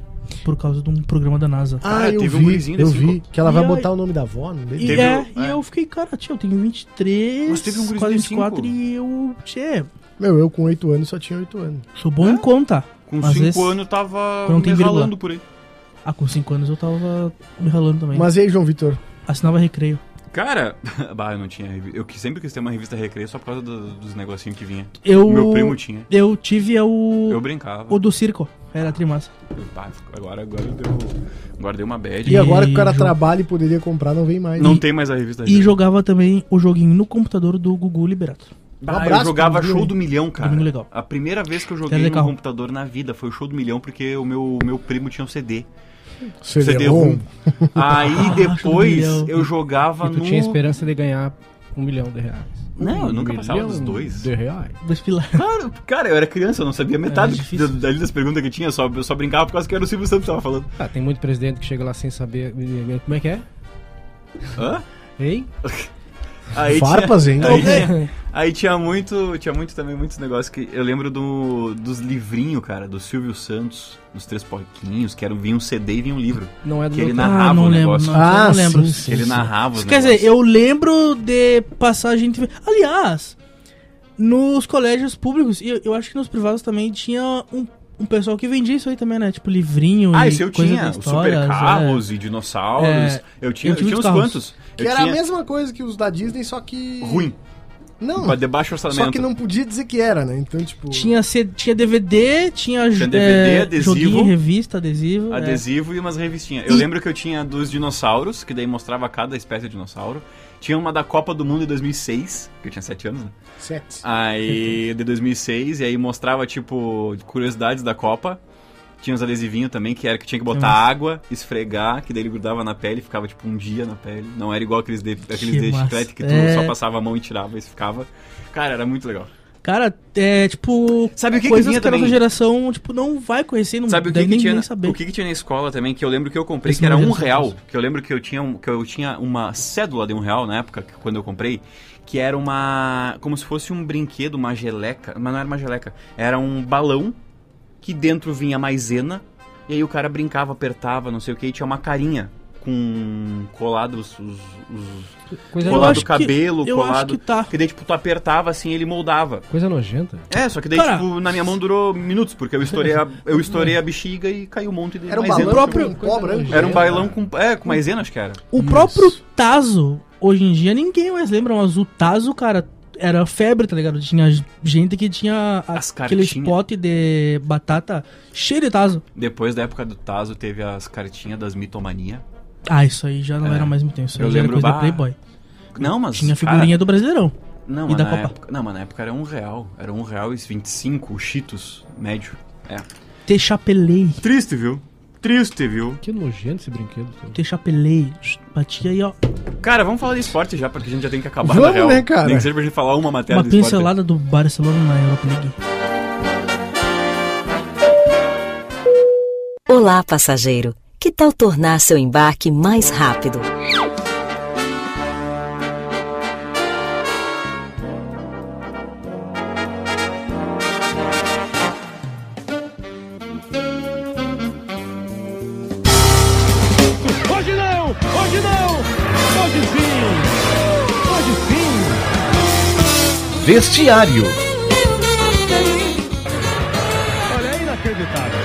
Speaker 3: Por causa de um programa da NASA.
Speaker 4: Ah, eu
Speaker 5: teve um
Speaker 4: vi,
Speaker 5: gurizinho
Speaker 4: eu
Speaker 5: desse
Speaker 4: vi que ela vai
Speaker 3: E
Speaker 4: botar
Speaker 3: aí-
Speaker 4: o nome da avó, não dele?
Speaker 3: E,
Speaker 5: Teve
Speaker 3: é,
Speaker 5: o-
Speaker 3: e
Speaker 5: é.
Speaker 3: eu fiquei, cara, tio, eu tenho 23,
Speaker 5: Mas teve um guri de
Speaker 3: quase
Speaker 5: 25.
Speaker 3: 24 e eu, tchê,
Speaker 4: Meu, eu com 8 anos só tinha 8 anos.
Speaker 3: sou bom em conta.
Speaker 5: Com
Speaker 3: Mas
Speaker 5: 5
Speaker 3: esse-
Speaker 5: anos tava
Speaker 3: Quando tem
Speaker 5: me
Speaker 3: vírgula.
Speaker 5: ralando por aí.
Speaker 3: Ah, com 5 anos eu tava me ralando também.
Speaker 4: Mas e aí, João Vitor?
Speaker 3: Assinava recreio.
Speaker 5: Cara, bah, eu não tinha. revi- Eu que- sempre quis ter uma revista Recreio só por causa do- dos negocinhos que vinha.
Speaker 3: Eu,
Speaker 5: Meu primo tinha.
Speaker 3: Eu tive é o,
Speaker 5: Eu Tá brincava.
Speaker 3: o do circo, era trimassa.
Speaker 5: Eu- bah, agora, agora deu. Agora deu uma bad.
Speaker 4: E agora que o cara
Speaker 3: João-
Speaker 4: trabalha e poderia comprar, não vem mais.
Speaker 5: Não tem mais a revista
Speaker 3: E
Speaker 5: Recreio.
Speaker 3: jogava também o joguinho no computador do Gugu Liberato.
Speaker 5: Bah,
Speaker 4: abraço
Speaker 5: eu jogava
Speaker 4: pro Domingo.
Speaker 5: Show do Milhão, cara.
Speaker 3: Domingo legal.
Speaker 5: A primeira vez que eu
Speaker 3: Era
Speaker 5: joguei no
Speaker 3: legal.
Speaker 5: computador na vida foi o Show do Milhão, porque o meu, meu primo tinha um CD.
Speaker 4: CD-ROM.
Speaker 5: Aí
Speaker 3: é Ah, Show do
Speaker 5: depois
Speaker 3: Milhão.
Speaker 5: eu jogava
Speaker 7: E tu
Speaker 5: no.
Speaker 7: tinha esperança de ganhar um milhão de reais.
Speaker 5: Não,
Speaker 7: um
Speaker 5: eu nunca passava
Speaker 7: milhão
Speaker 5: dos dois.
Speaker 7: De reais.
Speaker 3: Dois pilar.
Speaker 5: Claro, cara, eu era criança, eu não sabia metade
Speaker 3: É,
Speaker 5: do que-
Speaker 3: difícil.
Speaker 5: da- das perguntas que tinha, só, eu só brincava por causa que era o Silvio Santos que tava falando.
Speaker 7: Ah, tem muito presidente que chega lá sem saber. Como é que é?
Speaker 5: Hã?
Speaker 7: Hein?
Speaker 5: Aí
Speaker 4: Farpas, hein?
Speaker 5: tinha, aí, tinha- aí tinha muito, tinha muito também, muitos negócios que eu lembro do, dos livrinhos, cara, do Silvio Santos, dos Três Porquinhos, que era, vinha um CD e vinha um livro.
Speaker 7: Não é do
Speaker 5: Que ele
Speaker 7: meu
Speaker 5: na-
Speaker 7: tempo.
Speaker 5: narrava o negócio.
Speaker 3: Não, ah,
Speaker 4: Ah,
Speaker 3: não lembro.
Speaker 4: sim, sim.
Speaker 5: Ele narrava os
Speaker 3: Quer
Speaker 5: negócios.
Speaker 3: dizer, eu lembro de passar a gente. Aliás, nos colégios públicos, e eu, eu acho que nos privados também tinha um, um pessoal que vendia isso aí também, né? Tipo livrinho
Speaker 5: Ah,
Speaker 3: e
Speaker 5: esse eu
Speaker 3: coisa
Speaker 5: tinha,
Speaker 3: de
Speaker 5: os
Speaker 3: histórias,
Speaker 5: super
Speaker 3: é.
Speaker 5: carros e dinossauros.
Speaker 3: É,
Speaker 5: eu tinha,
Speaker 3: eu
Speaker 5: eu
Speaker 3: tive
Speaker 5: tinha
Speaker 3: os
Speaker 5: uns
Speaker 3: carros.
Speaker 5: quantos?
Speaker 4: Que
Speaker 5: eu
Speaker 4: era
Speaker 5: tinha
Speaker 4: a mesma coisa que os da Disney, só que.
Speaker 5: ruim,
Speaker 4: Não.
Speaker 5: pra debaixo orçamento.
Speaker 4: Só que não podia dizer que era, né? Então, tipo.
Speaker 3: é. Tinha, C- tinha DVD, tinha, é,
Speaker 5: Tinha DVD, adesivo.
Speaker 3: joguinho, revista, adesivo. é.
Speaker 5: Adesivo e umas revistinhas. Eu lembro que eu tinha dos dinossauros, que daí mostrava cada espécie de dinossauro. Tinha uma da Copa do Mundo de 2006, que eu tinha 7 anos, né?
Speaker 4: Sete.
Speaker 5: Aí, de 2006, e aí mostrava, tipo, curiosidades da Copa. Tinha uns adesivinhos também, que era que tinha que botar
Speaker 3: massa.
Speaker 5: água, esfregar, que daí ele grudava na pele, ficava, tipo, um dia na pele. Não era igual aqueles de, aqueles
Speaker 3: Que
Speaker 5: de
Speaker 3: massa.
Speaker 5: chiclete que tu
Speaker 3: É.
Speaker 5: só passava a mão e tirava e ficava. Cara, era muito legal.
Speaker 3: Cara, é tipo.
Speaker 5: Sabe o que que
Speaker 3: coisas
Speaker 5: vinha
Speaker 3: que a nossa
Speaker 5: também?
Speaker 3: geração, tipo, não vai conhecer, não
Speaker 5: Sabe o que,
Speaker 3: deve
Speaker 5: que
Speaker 3: nem,
Speaker 5: tinha?
Speaker 3: nem
Speaker 5: na-
Speaker 3: saber.
Speaker 5: O que, que tinha na escola também, que eu lembro que eu comprei,
Speaker 7: Esse
Speaker 5: que era
Speaker 7: modelo
Speaker 5: um
Speaker 7: de
Speaker 5: real.
Speaker 7: negócio.
Speaker 5: Que eu lembro que eu tinha, um- que eu tinha uma cédula de um real na época, que- quando eu comprei, que era uma. como se fosse um brinquedo, uma geleca. Mas não era uma geleca. Era um balão que dentro vinha maisena. E aí o cara brincava, apertava, não sei o que, e tinha uma carinha com colado os. os, os-
Speaker 7: Coisa,
Speaker 3: Eu
Speaker 5: colado
Speaker 3: acho
Speaker 5: o
Speaker 3: que-
Speaker 5: cabelo,
Speaker 3: eu acho
Speaker 5: colado.
Speaker 3: que tá.
Speaker 5: daí, tipo, tu apertava assim ele moldava.
Speaker 7: coisa nojenta.
Speaker 5: É, só que daí,
Speaker 3: Cara-
Speaker 5: tipo, na minha mão durou minutos, porque eu estourei a, eu estourei a bexiga e caiu um monte de
Speaker 4: Era um
Speaker 5: maisena.
Speaker 4: balão né?
Speaker 3: próprio-
Speaker 4: com pó branco.
Speaker 5: Era um bailão com. É, com maisena, acho que era.
Speaker 3: O próprio Tazo, hoje em dia, ninguém mais lembra, mas o Tazo, cara, era febre, tá ligado? Tinha gente que tinha
Speaker 5: As
Speaker 3: aquele
Speaker 5: cartinhas.
Speaker 3: spot de batata cheio de Tazo.
Speaker 5: Depois da época do Tazo, teve as cartinhas das mitomania.
Speaker 3: Ah, isso aí já não
Speaker 5: É.
Speaker 3: era mais muito tempo, isso aí
Speaker 5: Eu
Speaker 3: já era
Speaker 5: lembro,
Speaker 3: coisa de
Speaker 5: bah,
Speaker 3: Playboy.
Speaker 5: Não, mas.
Speaker 3: Tinha figurinha do Brasileirão.
Speaker 5: cara, não,
Speaker 3: e
Speaker 5: mas
Speaker 3: da
Speaker 5: na
Speaker 3: Copa.
Speaker 5: Época, não, mas na época era um real. Era um real e 25, o Cheetos, médio. É.
Speaker 3: Te chapelei,
Speaker 5: Triste, viu? Triste, viu?
Speaker 7: Que nojento esse brinquedo. cara.
Speaker 3: te chapelei. Batia aí, ó.
Speaker 5: Cara, vamos falar de esporte já, porque a gente já tem que acabar.
Speaker 4: Vamos,
Speaker 5: na real.
Speaker 4: né, cara?
Speaker 5: Nem que seja pra gente falar uma matéria
Speaker 3: Uma
Speaker 5: do esporte.
Speaker 3: pincelada do Barcelona na Europa League.
Speaker 1: Olá, passageiro. Que tal tornar seu embarque mais rápido?
Speaker 6: Hoje não! Hoje não! Hoje sim! Hoje sim!
Speaker 2: Vestiário.
Speaker 6: Olha, é inacreditável!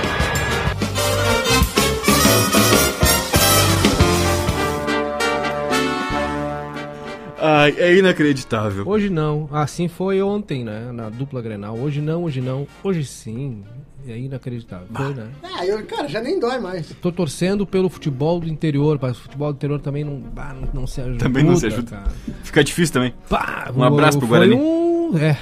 Speaker 5: Ai, é inacreditável.
Speaker 7: Hoje não. Assim foi ontem, né? Na dupla Grenal. Hoje não, hoje não. Hoje sim. É inacreditável. Foi, né?
Speaker 4: Ah, eu, cara, já nem dói mais.
Speaker 7: Tô torcendo pelo futebol do interior, mas o futebol do interior também não, bah, não, não se ajuda.
Speaker 5: Também não se ajuda.
Speaker 7: cara.
Speaker 5: Fica difícil também.
Speaker 7: Pá,
Speaker 5: Um abraço pro Guarani.
Speaker 7: Foi um, é,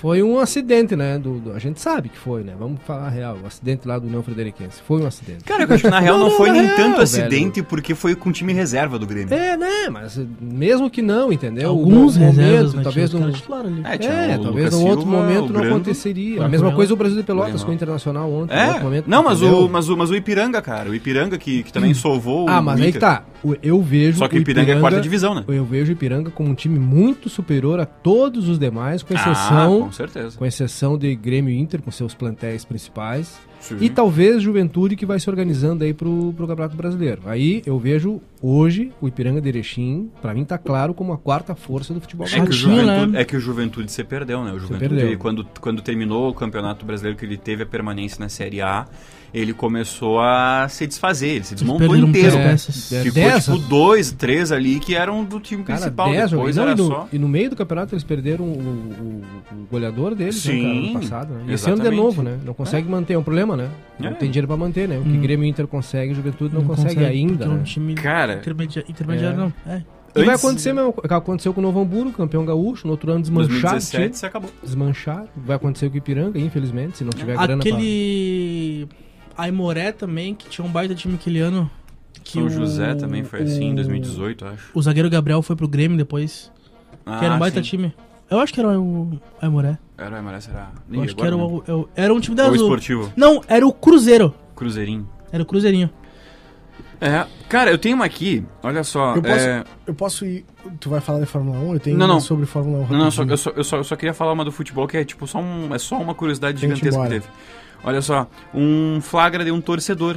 Speaker 7: foi um acidente, né? do- do- a gente sabe que foi, né? Vamos falar a real. O acidente lá do União Frederiquense. Foi um acidente.
Speaker 5: Cara, eu acho que na real
Speaker 7: Não,
Speaker 5: não,
Speaker 7: não,
Speaker 5: foi
Speaker 7: na
Speaker 5: nem
Speaker 7: real,
Speaker 5: tanto
Speaker 7: velho.
Speaker 5: acidente, porque foi com o time reserva do Grêmio.
Speaker 7: É, né? Mas mesmo que não, entendeu?
Speaker 3: Alguns
Speaker 7: Um momento,
Speaker 3: reservas, né?
Speaker 7: talvez
Speaker 3: Tinha
Speaker 7: num.
Speaker 3: os caras titular ali.
Speaker 5: É, tinha
Speaker 7: É,
Speaker 5: o
Speaker 7: talvez
Speaker 5: Lucas
Speaker 7: num outro
Speaker 5: Silva,
Speaker 7: momento
Speaker 5: o
Speaker 7: não
Speaker 5: Brando.
Speaker 7: aconteceria. A
Speaker 3: Mas
Speaker 7: mesma
Speaker 3: não.
Speaker 7: coisa o Brasil de Pelotas
Speaker 5: Não.
Speaker 7: com o Internacional ontem. num
Speaker 5: É,
Speaker 7: outro momento,
Speaker 5: não, mas o,
Speaker 7: entendeu?
Speaker 5: mas, o, mas o Ipiranga, cara, o Ipiranga que, que também solvou
Speaker 7: Ah,
Speaker 5: o
Speaker 7: mas aí que
Speaker 5: Inter.
Speaker 7: tá. O- Eu vejo.
Speaker 5: Só que o Ipiranga, é quarta divisão, né?
Speaker 7: Eu vejo o Ipiranga como um time muito superior a todos os demais, com exceção.
Speaker 5: Ah, com certeza.
Speaker 7: com exceção de Grêmio e Inter, com seus plantéis principais,
Speaker 5: Sim.
Speaker 7: e talvez Juventude que vai se organizando aí pro, pro Campeonato Brasileiro. Aí eu vejo hoje o Ipiranga de Erechim, pra mim tá claro, como a quarta força do futebol
Speaker 5: É que, o
Speaker 7: brasileiro.
Speaker 3: Chatinho,
Speaker 5: Juventude,
Speaker 3: né?
Speaker 5: é que o Juventude se perdeu, né? O Juventude,
Speaker 7: perdeu.
Speaker 5: Quando, quando terminou o Campeonato Brasileiro, que ele teve a permanência na Série A, ele começou a se desfazer, ele se desmontou
Speaker 3: perderam
Speaker 5: inteiro.
Speaker 3: muitas peças.
Speaker 7: É,
Speaker 5: Ficou,
Speaker 7: um dez-
Speaker 5: tipo, dois, três ali que eram do time
Speaker 7: Cara,
Speaker 5: principal.
Speaker 7: 10
Speaker 5: Depois
Speaker 7: jogadores. Não,
Speaker 5: era
Speaker 7: e,
Speaker 5: só...
Speaker 7: no, e no meio do campeonato eles perderam o, o- o goleador deles, né,
Speaker 5: Sim,
Speaker 7: cara, ano passado. Né? E Esse ano de
Speaker 5: exatamente.
Speaker 7: novo, né? Não consegue manter, é um problema, né? Não
Speaker 5: É.
Speaker 7: tem dinheiro pra manter, né? O que Grêmio e Inter consegue, o Juventude não, consegue, ainda.
Speaker 3: porque é um
Speaker 7: né?
Speaker 3: time
Speaker 5: Cara,
Speaker 3: intermedia- intermediário,
Speaker 7: É.
Speaker 3: não. É.
Speaker 7: E vai
Speaker 5: antes-
Speaker 7: acontecer mesmo, que aconteceu com o Novo Hamburgo, campeão gaúcho, no outro ano desmanchado.
Speaker 5: 2017 se acabou.
Speaker 7: desmanchar. Vai acontecer com o Ipiranga, infelizmente, se não tiver grana
Speaker 3: Aquele. Aimoré também, que tinha um baita time aquele ano. Que
Speaker 5: São
Speaker 3: o
Speaker 5: José também foi assim em 2018, acho.
Speaker 3: O zagueiro Gabriel foi pro Grêmio depois. que era um
Speaker 5: Ah,
Speaker 3: baita
Speaker 5: sim.
Speaker 3: time. Eu acho que era o Aimoré.
Speaker 5: Era o MLS, era...
Speaker 3: Eu
Speaker 5: Ih,
Speaker 3: acho que
Speaker 5: agora
Speaker 3: era
Speaker 5: não.
Speaker 3: o, eu- era um time da
Speaker 5: Ou o
Speaker 3: Azul.
Speaker 5: Esportivo.
Speaker 3: Não, era o Cruzeiro.
Speaker 5: Cruzeirinho.
Speaker 3: Era o Cruzeirinho.
Speaker 5: É, cara, eu tenho uma aqui, olha só.
Speaker 4: Eu posso-
Speaker 5: é,
Speaker 4: Eu posso ir. Tu vai falar de Fórmula 1? Eu tenho
Speaker 5: Não,
Speaker 4: uma
Speaker 5: não.
Speaker 4: sobre Fórmula 1
Speaker 5: Não, não, só-
Speaker 4: rapidinho.
Speaker 5: eu, só, eu, só, eu só queria falar uma do futebol que é tipo só, um, é só uma curiosidade
Speaker 4: Tem que ir
Speaker 5: gigantesca que
Speaker 4: embora.
Speaker 5: teve. Olha só, um flagra de um torcedor.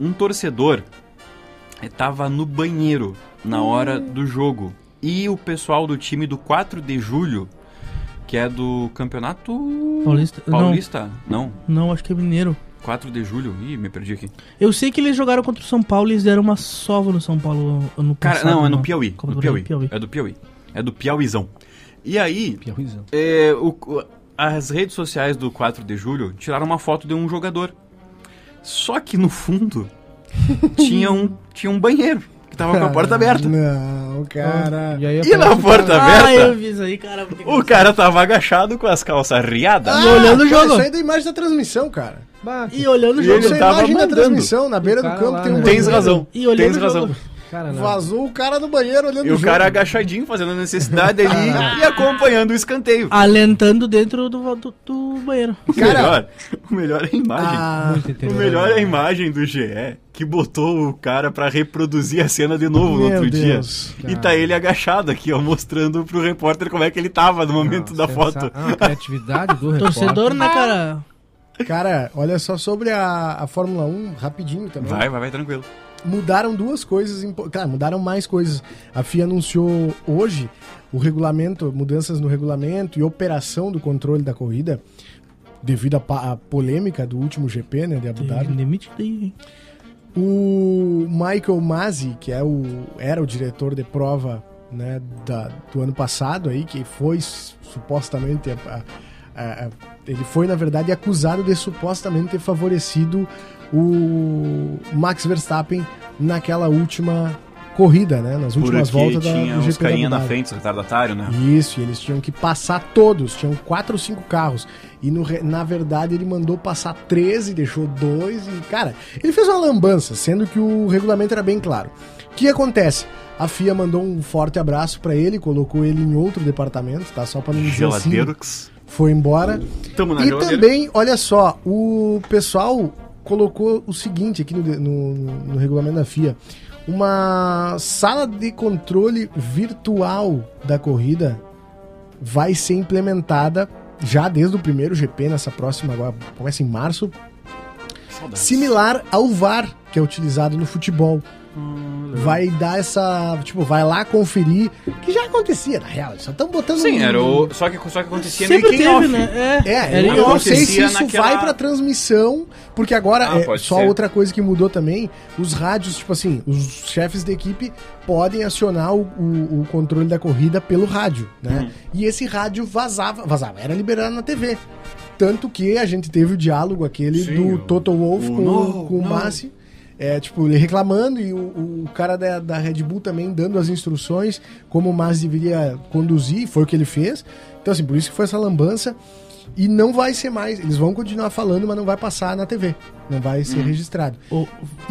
Speaker 5: Um torcedor eh, tava no banheiro na hora do jogo. E o pessoal do time do 4 de julho, que é do campeonato
Speaker 3: Paulista.
Speaker 5: paulista? Não,
Speaker 3: Não, não, acho que é Mineiro.
Speaker 5: 4 de julho. Ih, me perdi aqui.
Speaker 3: Eu sei que eles jogaram contra o São Paulo e eles deram uma sova no São Paulo ano
Speaker 5: Cara,
Speaker 3: passado,
Speaker 5: não, é no
Speaker 3: né?
Speaker 5: Piauí.
Speaker 3: Copa
Speaker 5: No
Speaker 3: do Brasil,
Speaker 5: Piauí. É do Piauí. É do Piauizão. E aí,
Speaker 7: pra. Piauizão.
Speaker 5: É, o- o- as redes sociais do 4 de julho tiraram uma foto de um jogador. Só que no fundo tinha um, tinha um banheiro que tava com a porta aberta.
Speaker 4: Não, cara.
Speaker 7: aí
Speaker 5: E na
Speaker 7: aparece-
Speaker 5: porta
Speaker 3: Ah, eu
Speaker 5: aberta,
Speaker 3: vi isso aí, cara. porque-
Speaker 5: o cara tava agachado com as calças riadas.
Speaker 4: Ah,
Speaker 3: olhando o
Speaker 4: cara,
Speaker 3: jogo.
Speaker 4: Isso aí é da imagem da transmissão, cara.
Speaker 7: Bah,
Speaker 3: E olhando o
Speaker 5: E
Speaker 3: jogo.
Speaker 5: ele
Speaker 4: isso é a
Speaker 5: tava
Speaker 4: imagem da
Speaker 5: mandando.
Speaker 4: transmissão. Na beira
Speaker 7: O
Speaker 4: do
Speaker 7: cara
Speaker 4: campo
Speaker 7: lá,
Speaker 4: tem um.
Speaker 7: né?
Speaker 5: Tens
Speaker 4: banheiro.
Speaker 5: razão.
Speaker 3: E olhando
Speaker 5: Tens
Speaker 3: o
Speaker 5: razão.
Speaker 3: jogo.
Speaker 7: Cara, não.
Speaker 4: Vazou o cara no banheiro olhando
Speaker 5: E o
Speaker 4: jogo.
Speaker 5: cara agachadinho, fazendo a necessidade ali e acompanhando o escanteio.
Speaker 3: Alentando dentro do, do, do banheiro.
Speaker 5: O melhor, o melhor é a imagem.
Speaker 4: Ah,
Speaker 7: Muito
Speaker 5: O
Speaker 7: interior,
Speaker 5: melhor é a
Speaker 7: né?
Speaker 5: imagem do GE que botou o cara pra reproduzir a cena de novo no
Speaker 4: Meu
Speaker 5: outro
Speaker 4: Deus,
Speaker 5: dia. E tá ele agachado aqui, ó, mostrando pro repórter como é que ele tava no momento da
Speaker 7: Sensa-
Speaker 5: foto.
Speaker 7: Ah, a criatividade do repórter.
Speaker 3: Torcedor, né, cara?
Speaker 4: cara, olha só sobre a, a Fórmula 1, rapidinho também.
Speaker 5: Vai, vai, vai, tranquilo.
Speaker 4: Mudaram duas coisas, impo- claro, mudaram mais coisas. A FIA anunciou hoje o regulamento, mudanças no regulamento e operação do controle da corrida, devido à pa- à polêmica do último GP, né, de Abu Dhabi.
Speaker 3: Limite daí, hein?
Speaker 4: O Michael Masi, que é o, era o diretor de prova né, da- do ano passado, aí, que foi s- supostamente. a- a- a- a- ele foi, na verdade, acusado de supostamente ter favorecido o Max Verstappen naquela última corrida, né? Nas últimas
Speaker 5: Porque
Speaker 4: voltas da,
Speaker 5: tinha
Speaker 4: do
Speaker 5: uns
Speaker 4: GP da
Speaker 5: carinha
Speaker 4: Abu
Speaker 5: na
Speaker 4: Dhabi.
Speaker 5: frente, os retardatários, né?
Speaker 4: Isso, e eles tinham que passar todos, tinham quatro ou cinco carros. E no re- na verdade ele mandou passar 13, deixou dois e, cara, ele fez uma lambança, sendo que o regulamento era bem claro. O que acontece? A FIA mandou um forte abraço pra ele, colocou ele em outro departamento, tá? Só pra não dizer assim,
Speaker 5: Geladeiros.
Speaker 4: foi embora.
Speaker 5: Tamo na
Speaker 4: e
Speaker 5: geladeira.
Speaker 4: também, olha só, o pessoal colocou o seguinte aqui no, de- no- no regulamento da FIA: uma sala de controle virtual da corrida vai ser implementada já desde o primeiro GP, nessa próxima, agora começa em março,
Speaker 5: Saudades.
Speaker 4: similar ao VAR que é utilizado no futebol.
Speaker 5: Hum,
Speaker 4: Vai dar essa. Tipo, vai lá conferir. Que já acontecia, na real. eles Só estão botando.
Speaker 5: Sim,
Speaker 4: um-
Speaker 5: era o. Só que, só que acontecia meio
Speaker 3: Sempre
Speaker 5: que em
Speaker 3: teve,
Speaker 5: off.
Speaker 3: né? É.
Speaker 4: É,
Speaker 3: Era
Speaker 4: eu
Speaker 3: em
Speaker 4: não
Speaker 3: off.
Speaker 5: acontecia
Speaker 4: sei se isso
Speaker 5: naquela-
Speaker 4: vai pra transmissão, porque agora
Speaker 5: Ah,
Speaker 4: é
Speaker 5: pode
Speaker 4: só
Speaker 5: ser.
Speaker 4: outra coisa que mudou também, os rádios, tipo assim, os chefes de equipe podem acionar o, o- o controle da corrida pelo rádio,
Speaker 5: Uhum.
Speaker 4: né? E esse rádio vazava, vazava, era liberado na TV. Tanto que a gente teve o diálogo aquele
Speaker 5: Sim,
Speaker 4: do
Speaker 5: o-
Speaker 4: Toto Wolff
Speaker 5: o
Speaker 4: com,
Speaker 5: não,
Speaker 4: com o
Speaker 5: não.
Speaker 4: Massi. É, tipo, ele reclamando e o, o cara da, da Red Bull também dando as instruções como o Massi deveria conduzir, foi o que ele fez. Então, assim, por isso que foi essa lambança. E não vai ser mais. Eles vão continuar falando, mas não vai passar na TV. Não vai ser registrado.
Speaker 3: O-
Speaker 4: E
Speaker 5: Hum.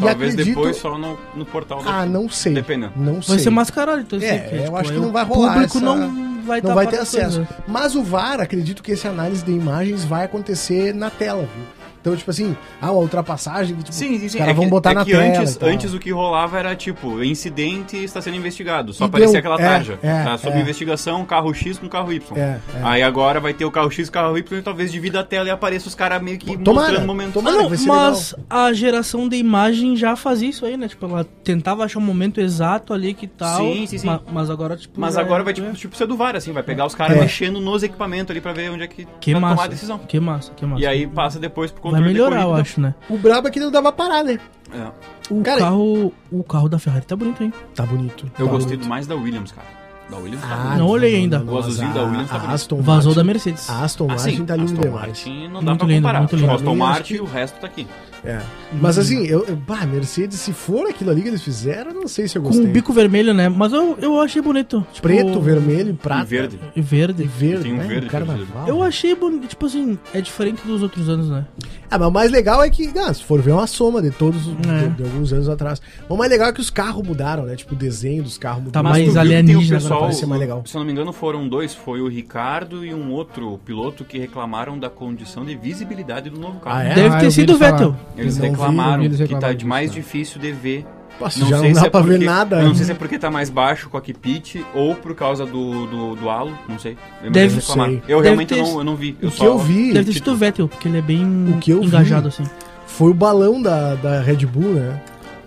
Speaker 5: Talvez
Speaker 4: acredito-
Speaker 5: depois só no, no portal da-
Speaker 4: Ah, não sei.
Speaker 5: Dependendo.
Speaker 4: Não
Speaker 3: Vai
Speaker 4: sei.
Speaker 3: ser mascarado, então.
Speaker 4: É,
Speaker 3: isso aqui,
Speaker 4: eu acho que
Speaker 3: aí
Speaker 4: não
Speaker 3: o
Speaker 4: vai rolar
Speaker 3: público
Speaker 4: essa-
Speaker 3: não vai
Speaker 4: Não
Speaker 3: tá
Speaker 4: vai ter
Speaker 3: para
Speaker 4: acesso.
Speaker 3: coisa.
Speaker 4: Mas o VAR, acredito que essa análise de imagens vai acontecer na tela, viu? Então, tipo assim, ah, uma ultrapassagem. que, Tipo,
Speaker 5: Sim, sim, sim.
Speaker 4: Os caras
Speaker 5: É
Speaker 4: vão
Speaker 5: que-
Speaker 4: botar
Speaker 5: é
Speaker 4: na
Speaker 5: que
Speaker 4: tela.
Speaker 5: Antes,
Speaker 4: e tal.
Speaker 5: antes o que rolava era tipo, incidente está sendo investigado. Só
Speaker 4: E
Speaker 5: aparecia
Speaker 4: deu-
Speaker 5: aquela
Speaker 4: é,
Speaker 5: tarja.
Speaker 4: é,
Speaker 5: tá sob
Speaker 4: é.
Speaker 5: investigação, carro X com carro Y.
Speaker 4: É, é.
Speaker 5: Aí agora vai ter o carro X e o carro Y e talvez divida a tela e apareça os caras meio que
Speaker 4: Tomara,
Speaker 5: mostrando momento.
Speaker 4: tomara.
Speaker 3: Ah,
Speaker 4: Mano,
Speaker 3: não,
Speaker 4: vai ser
Speaker 3: mas a geração de imagem já fazia isso aí, né? Tipo, ela tentava achar o momento exato ali que tal.
Speaker 5: Sim, sim, sim.
Speaker 3: ma- Mas, agora, tipo.
Speaker 5: Mas
Speaker 3: já
Speaker 5: agora
Speaker 3: é-
Speaker 5: vai tipo, tipo ser do VAR, assim, vai pegar os caras
Speaker 4: É.
Speaker 5: mexendo nos equipamentos ali pra ver onde é que,
Speaker 3: Que
Speaker 5: vai tomar
Speaker 3: massa.
Speaker 5: a decisão.
Speaker 3: Que massa, que massa.
Speaker 5: E aí passa depois pro
Speaker 3: Vai
Speaker 5: controle
Speaker 3: melhorar, eu
Speaker 5: de então.
Speaker 3: acho, né?
Speaker 4: O brabo é que não dá pra parar, né?
Speaker 5: corrida. É.
Speaker 4: O
Speaker 3: O carro, o carro da Ferrari tá bonito, hein?
Speaker 4: Tá bonito.
Speaker 5: Eu
Speaker 4: tá
Speaker 5: gostei
Speaker 4: bonito.
Speaker 5: mais da Williams, cara. Da Williams tá
Speaker 4: Ah,
Speaker 5: bonito.
Speaker 3: Não olhei ainda.
Speaker 5: O azulzinho
Speaker 4: mas
Speaker 5: da
Speaker 4: a-
Speaker 5: Williams tá
Speaker 4: a
Speaker 5: bonito.
Speaker 4: Aston
Speaker 3: Vazou
Speaker 4: Martin-
Speaker 3: da Mercedes.
Speaker 4: A Aston Martin
Speaker 5: Assim,
Speaker 4: tá lindo
Speaker 5: Aston
Speaker 4: demais.
Speaker 5: Martin não dá
Speaker 3: Muito
Speaker 5: pra
Speaker 3: lindo,
Speaker 5: comparar.
Speaker 3: muito
Speaker 5: Tipo,
Speaker 3: lindo.
Speaker 5: Aston
Speaker 4: Pra mim, acho
Speaker 5: Martin
Speaker 4: que-
Speaker 5: o resto tá aqui.
Speaker 4: É. Mas assim, eu, eu- bah, Mercedes, se for aquilo ali que eles fizeram, eu não sei se eu
Speaker 3: Com
Speaker 4: gostei.
Speaker 3: o bico vermelho, né? Mas eu, eu achei bonito. Tipo,
Speaker 4: Preto, vermelho e prata.
Speaker 5: E verde.
Speaker 3: E verde.
Speaker 4: Verde,
Speaker 5: Tem um
Speaker 4: né?
Speaker 5: verde,
Speaker 4: carnaval.
Speaker 3: Eu achei bonito, tipo assim, é diferente dos outros anos, né?
Speaker 4: Ah, mas o mais legal é que, ah, se for ver uma soma de todos, os-
Speaker 3: É.
Speaker 4: de, de alguns anos atrás. O mais legal é que os carros mudaram, né? Tipo, o desenho dos carros mudou.
Speaker 3: Tá
Speaker 5: Mas
Speaker 3: mais
Speaker 5: tu viu que
Speaker 3: alienígena
Speaker 5: tem o
Speaker 3: agora,
Speaker 5: pessoal,
Speaker 4: vai ser mais legal.
Speaker 5: Se eu não me engano, foram dois. Foi o Ricardo e um outro piloto que reclamaram da condição de visibilidade do novo carro.
Speaker 4: Ah, é?
Speaker 3: Deve
Speaker 7: Ah, eu
Speaker 3: ter
Speaker 7: vi
Speaker 3: sido o
Speaker 7: eles falar.
Speaker 3: Vettel.
Speaker 5: Eles
Speaker 4: Eu não vi,
Speaker 5: reclamaram
Speaker 7: eu vi eles
Speaker 5: que tá
Speaker 7: reclamarem
Speaker 5: de mais
Speaker 7: disso, né?
Speaker 5: difícil de ver.
Speaker 4: Nossa, já não dá
Speaker 5: é
Speaker 4: pra ver
Speaker 5: porque-
Speaker 4: nada.
Speaker 5: eu Não sei se é porque tá mais baixo com a Kipit ou por causa do, do, do halo, não sei. Mas
Speaker 3: Deve-
Speaker 5: eles reclamaram.
Speaker 4: sei.
Speaker 5: Eu
Speaker 3: Deve
Speaker 5: realmente
Speaker 3: ter-
Speaker 5: não, eu não vi.
Speaker 4: O que eu vi
Speaker 3: Deve ter sido o Vettel, porque ele é bem
Speaker 4: O que eu vi-
Speaker 3: engajado, assim.
Speaker 4: foi o balão da, da Red Bull, né?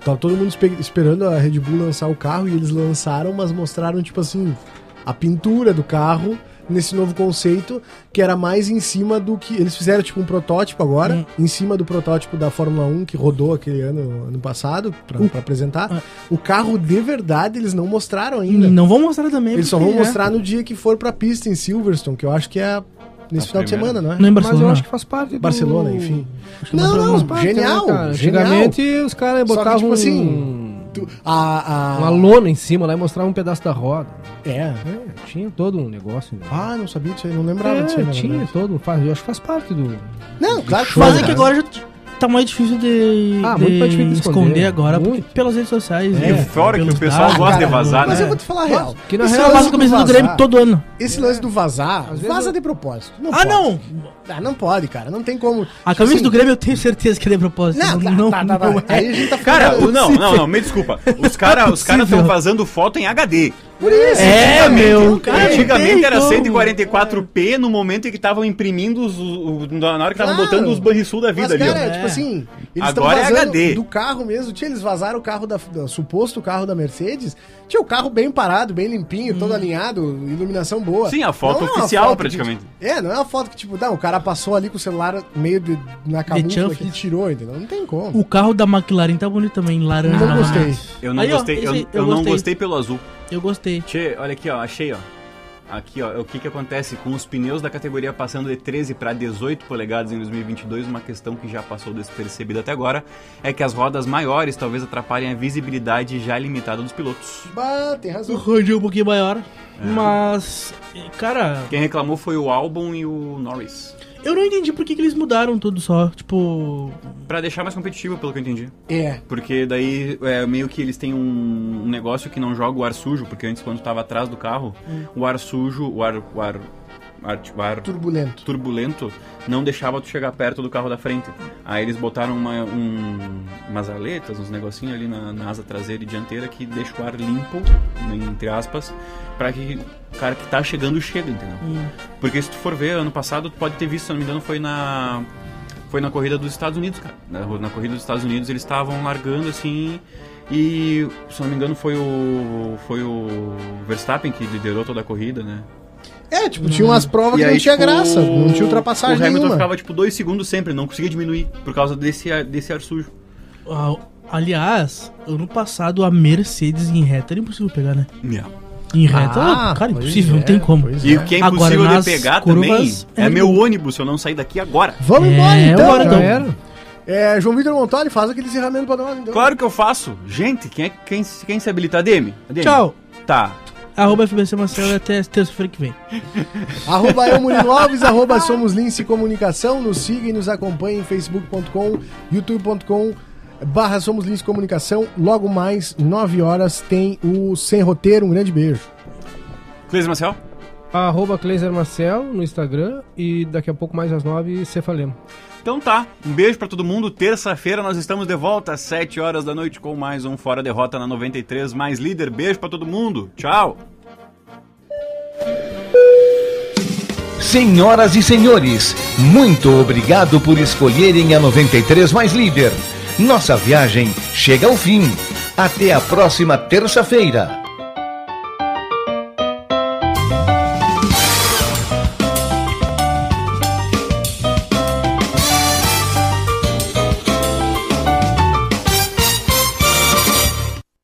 Speaker 4: Tava todo mundo espe- esperando a Red Bull lançar o carro e eles lançaram, mas mostraram, tipo assim, a pintura do carro nesse novo conceito, que era mais em cima do que. Eles fizeram, tipo, um protótipo agora,
Speaker 3: Hum.
Speaker 4: em cima do protótipo da Fórmula 1 que rodou aquele ano, ano passado, pra, pra apresentar.
Speaker 3: Ah.
Speaker 4: O carro de verdade eles não mostraram
Speaker 3: E
Speaker 4: ainda.
Speaker 3: não vão mostrar também.
Speaker 4: Eles só
Speaker 3: porque,
Speaker 4: vão
Speaker 3: né?
Speaker 4: mostrar no dia que for pra pista em Silverstone, que eu acho que é nesse
Speaker 5: A
Speaker 4: final de
Speaker 5: primeira.
Speaker 4: semana, não é?
Speaker 3: Não em
Speaker 7: Mas eu
Speaker 3: Barcelona.
Speaker 7: acho que faz parte do...
Speaker 4: Barcelona, enfim.
Speaker 3: Acho que
Speaker 4: Não,
Speaker 3: Barcelona
Speaker 4: não,
Speaker 7: Parte,
Speaker 4: genial,
Speaker 7: né, cara?
Speaker 4: genial.
Speaker 7: Antigamente os caras
Speaker 4: Só que,
Speaker 7: botavam
Speaker 4: tipo assim,
Speaker 7: um-
Speaker 4: Tu- a, a-
Speaker 7: uma lona em cima lá e mostravam um pedaço da roda.
Speaker 4: É.
Speaker 7: É, tinha todo um negócio. Né?
Speaker 4: Ah, não sabia disso aí, não
Speaker 7: É,
Speaker 4: lembrava disso aí. na
Speaker 7: tinha
Speaker 4: verdade.
Speaker 7: todo um... faz- Eu acho que faz parte do...
Speaker 4: Não, claro que
Speaker 7: show,
Speaker 4: faz.
Speaker 3: Mas é que
Speaker 4: né?
Speaker 3: agora já, tá mais difícil de,
Speaker 7: Ah,
Speaker 3: de
Speaker 7: muito mais difícil de esconder.
Speaker 3: agora, porque
Speaker 7: Muito.
Speaker 3: pelas redes sociais.
Speaker 5: E
Speaker 3: né,
Speaker 5: fora que
Speaker 3: pelos
Speaker 5: o pessoal
Speaker 3: dados,
Speaker 5: gosta de
Speaker 3: cara,
Speaker 5: vazar,
Speaker 4: Mas
Speaker 5: né?
Speaker 4: eu vou te falar a real.
Speaker 7: que na
Speaker 4: Esse
Speaker 3: Eu
Speaker 7: real
Speaker 4: lance
Speaker 3: passo é a camisa do
Speaker 4: vazar-
Speaker 3: Grêmio todo ano.
Speaker 4: Esse lance do vazar,
Speaker 7: vezes
Speaker 4: vaza
Speaker 7: eu-
Speaker 4: de propósito.
Speaker 3: Ah,
Speaker 4: pode.
Speaker 3: não!
Speaker 4: Ah, não pode, cara. Não tem como.
Speaker 3: A camisa
Speaker 4: Assim,
Speaker 3: do Grêmio é. eu tenho certeza que é de propósito.
Speaker 4: Não, tá, tá, tá, tá. Aí a gente tá
Speaker 5: Cara,
Speaker 4: ficando-
Speaker 5: não, não, não, me desculpa. Os caras os caras estão
Speaker 3: possível.
Speaker 5: vazando foto em HD.
Speaker 4: Por isso.
Speaker 3: É, meu. cara, não
Speaker 5: Antigamente
Speaker 3: tem
Speaker 5: era
Speaker 3: como.
Speaker 5: 144p no momento em que estavam imprimindo os, o- na hora que estavam
Speaker 4: Claro.
Speaker 5: botando os banrisul da vida
Speaker 4: Mas,
Speaker 5: ali. ó.
Speaker 4: cara,
Speaker 3: ó.
Speaker 4: tipo
Speaker 3: É.
Speaker 4: assim, eles estão
Speaker 5: Agora é
Speaker 4: vazando
Speaker 5: HD.
Speaker 4: do carro mesmo. Tinha, eles vazaram o carro da, da- suposto carro da Mercedes. Tinha o carro bem parado, bem limpinho, todo alinhado, iluminação boa.
Speaker 5: Hum. Sim, a foto
Speaker 4: Não é uma
Speaker 5: oficial,
Speaker 4: foto que,
Speaker 5: praticamente.
Speaker 4: é, não é uma foto que, tipo, dá, o cara passou ali com o celular meio de, na camufla
Speaker 3: chanfle.
Speaker 4: que tirou, entendeu? Não tem como.
Speaker 3: O carro da McLaren tá bonito também, laranja.
Speaker 4: Não
Speaker 3: novamente.
Speaker 4: gostei.
Speaker 5: Eu não
Speaker 3: Aí, ó,
Speaker 5: gostei,
Speaker 3: esse
Speaker 5: eu,
Speaker 3: aí,
Speaker 5: eu
Speaker 3: eu
Speaker 5: não
Speaker 3: gostei.
Speaker 5: gostei pelo azul.
Speaker 3: Eu gostei.
Speaker 5: Tchê, olha aqui, ó, achei, ó. Aqui, ó, é o que que acontece com os pneus da categoria passando de 13 para 18 polegadas em 2022, uma questão que já passou despercebida até agora, é que as rodas maiores talvez atrapalhem a visibilidade já limitada dos pilotos.
Speaker 4: Bah, tem
Speaker 3: O
Speaker 4: razão.
Speaker 3: Rodinho um pouquinho maior.
Speaker 4: É.
Speaker 3: Mas, cara,
Speaker 5: Quem reclamou foi o Albon e o Norris.
Speaker 3: eu não entendi por que, que eles mudaram tudo só. Tipo,
Speaker 5: Pra deixar mais competitivo, pelo que eu entendi.
Speaker 4: É.
Speaker 5: Porque daí é meio que eles têm um, um negócio que não joga o ar sujo, porque antes quando tava atrás do carro, o ar sujo, o ar o ar ar, tipo, o ar
Speaker 4: Turbulento.
Speaker 5: turbulento não deixava tu chegar perto do carro da frente. Aí eles botaram uma, um, umas aletas, uns negocinhos ali na, na asa traseira e dianteira que deixa o ar limpo, né, entre aspas, pra que o cara que tá chegando chega, entendeu? Porque se tu for ver, ano passado tu pode ter visto, se eu não me engano, foi na. Foi na corrida dos Estados Unidos, cara. Na, na corrida dos Estados Unidos eles estavam largando assim. E, se eu não me engano, foi o. Foi o Verstappen que liderou toda a corrida, né?
Speaker 4: É, tipo, tinha umas provas
Speaker 5: E
Speaker 4: que
Speaker 5: aí,
Speaker 4: não tinha
Speaker 5: tipo,
Speaker 4: graça, não tinha ultrapassagem
Speaker 5: O Hamilton
Speaker 4: nenhuma.
Speaker 5: ficava, tipo, dois segundos sempre, não conseguia diminuir por causa desse ar, desse ar sujo.
Speaker 3: a- aliás, ano passado a Mercedes em reta era impossível pegar, né? Em reta,
Speaker 4: Ah,
Speaker 3: cara,
Speaker 4: pois
Speaker 3: impossível, não
Speaker 4: é,
Speaker 3: tem como.
Speaker 4: pois é.
Speaker 5: E o que é
Speaker 3: Agora,
Speaker 5: impossível de
Speaker 3: nas
Speaker 5: pegar
Speaker 3: curvas,
Speaker 5: também é
Speaker 3: é
Speaker 5: meu ônibus se eu não sair daqui agora.
Speaker 4: Vamos
Speaker 3: É,
Speaker 4: embora então.
Speaker 3: bora,
Speaker 4: cara.
Speaker 7: Já era.
Speaker 4: É, João Vitor Montoli, faz aquele encerramento pra nós então.
Speaker 5: Claro que eu faço. Gente, quem, é, quem, quem se habilita? ADM? ADM?
Speaker 3: Tchau.
Speaker 5: Tá.
Speaker 4: é.
Speaker 3: Arroba FBC Marcelo até terça-feira que vem.
Speaker 4: Arroba eu, Murilo Alves, arroba Somos Lince Comunicação. Nos siga e nos acompanhe em facebook.com, youtube.com, barra Somos Lince Comunicação. Logo mais, 9 horas, tem o Sem Roteiro. Um grande beijo.
Speaker 5: Cleis Marcel?
Speaker 7: Arroba Cleiser Marcel no Instagram e daqui a pouco mais às nove, Cefalemo.
Speaker 5: Então tá. Um beijo pra todo mundo. Terça-feira nós estamos de volta às 7 horas da noite com mais um Fora Derrota na 93, mais líder. Beijo pra todo mundo. Tchau.
Speaker 2: Senhoras e senhores, muito obrigado por escolherem a 93 Mais Líder. Nossa viagem chega ao fim. Até a próxima terça-feira.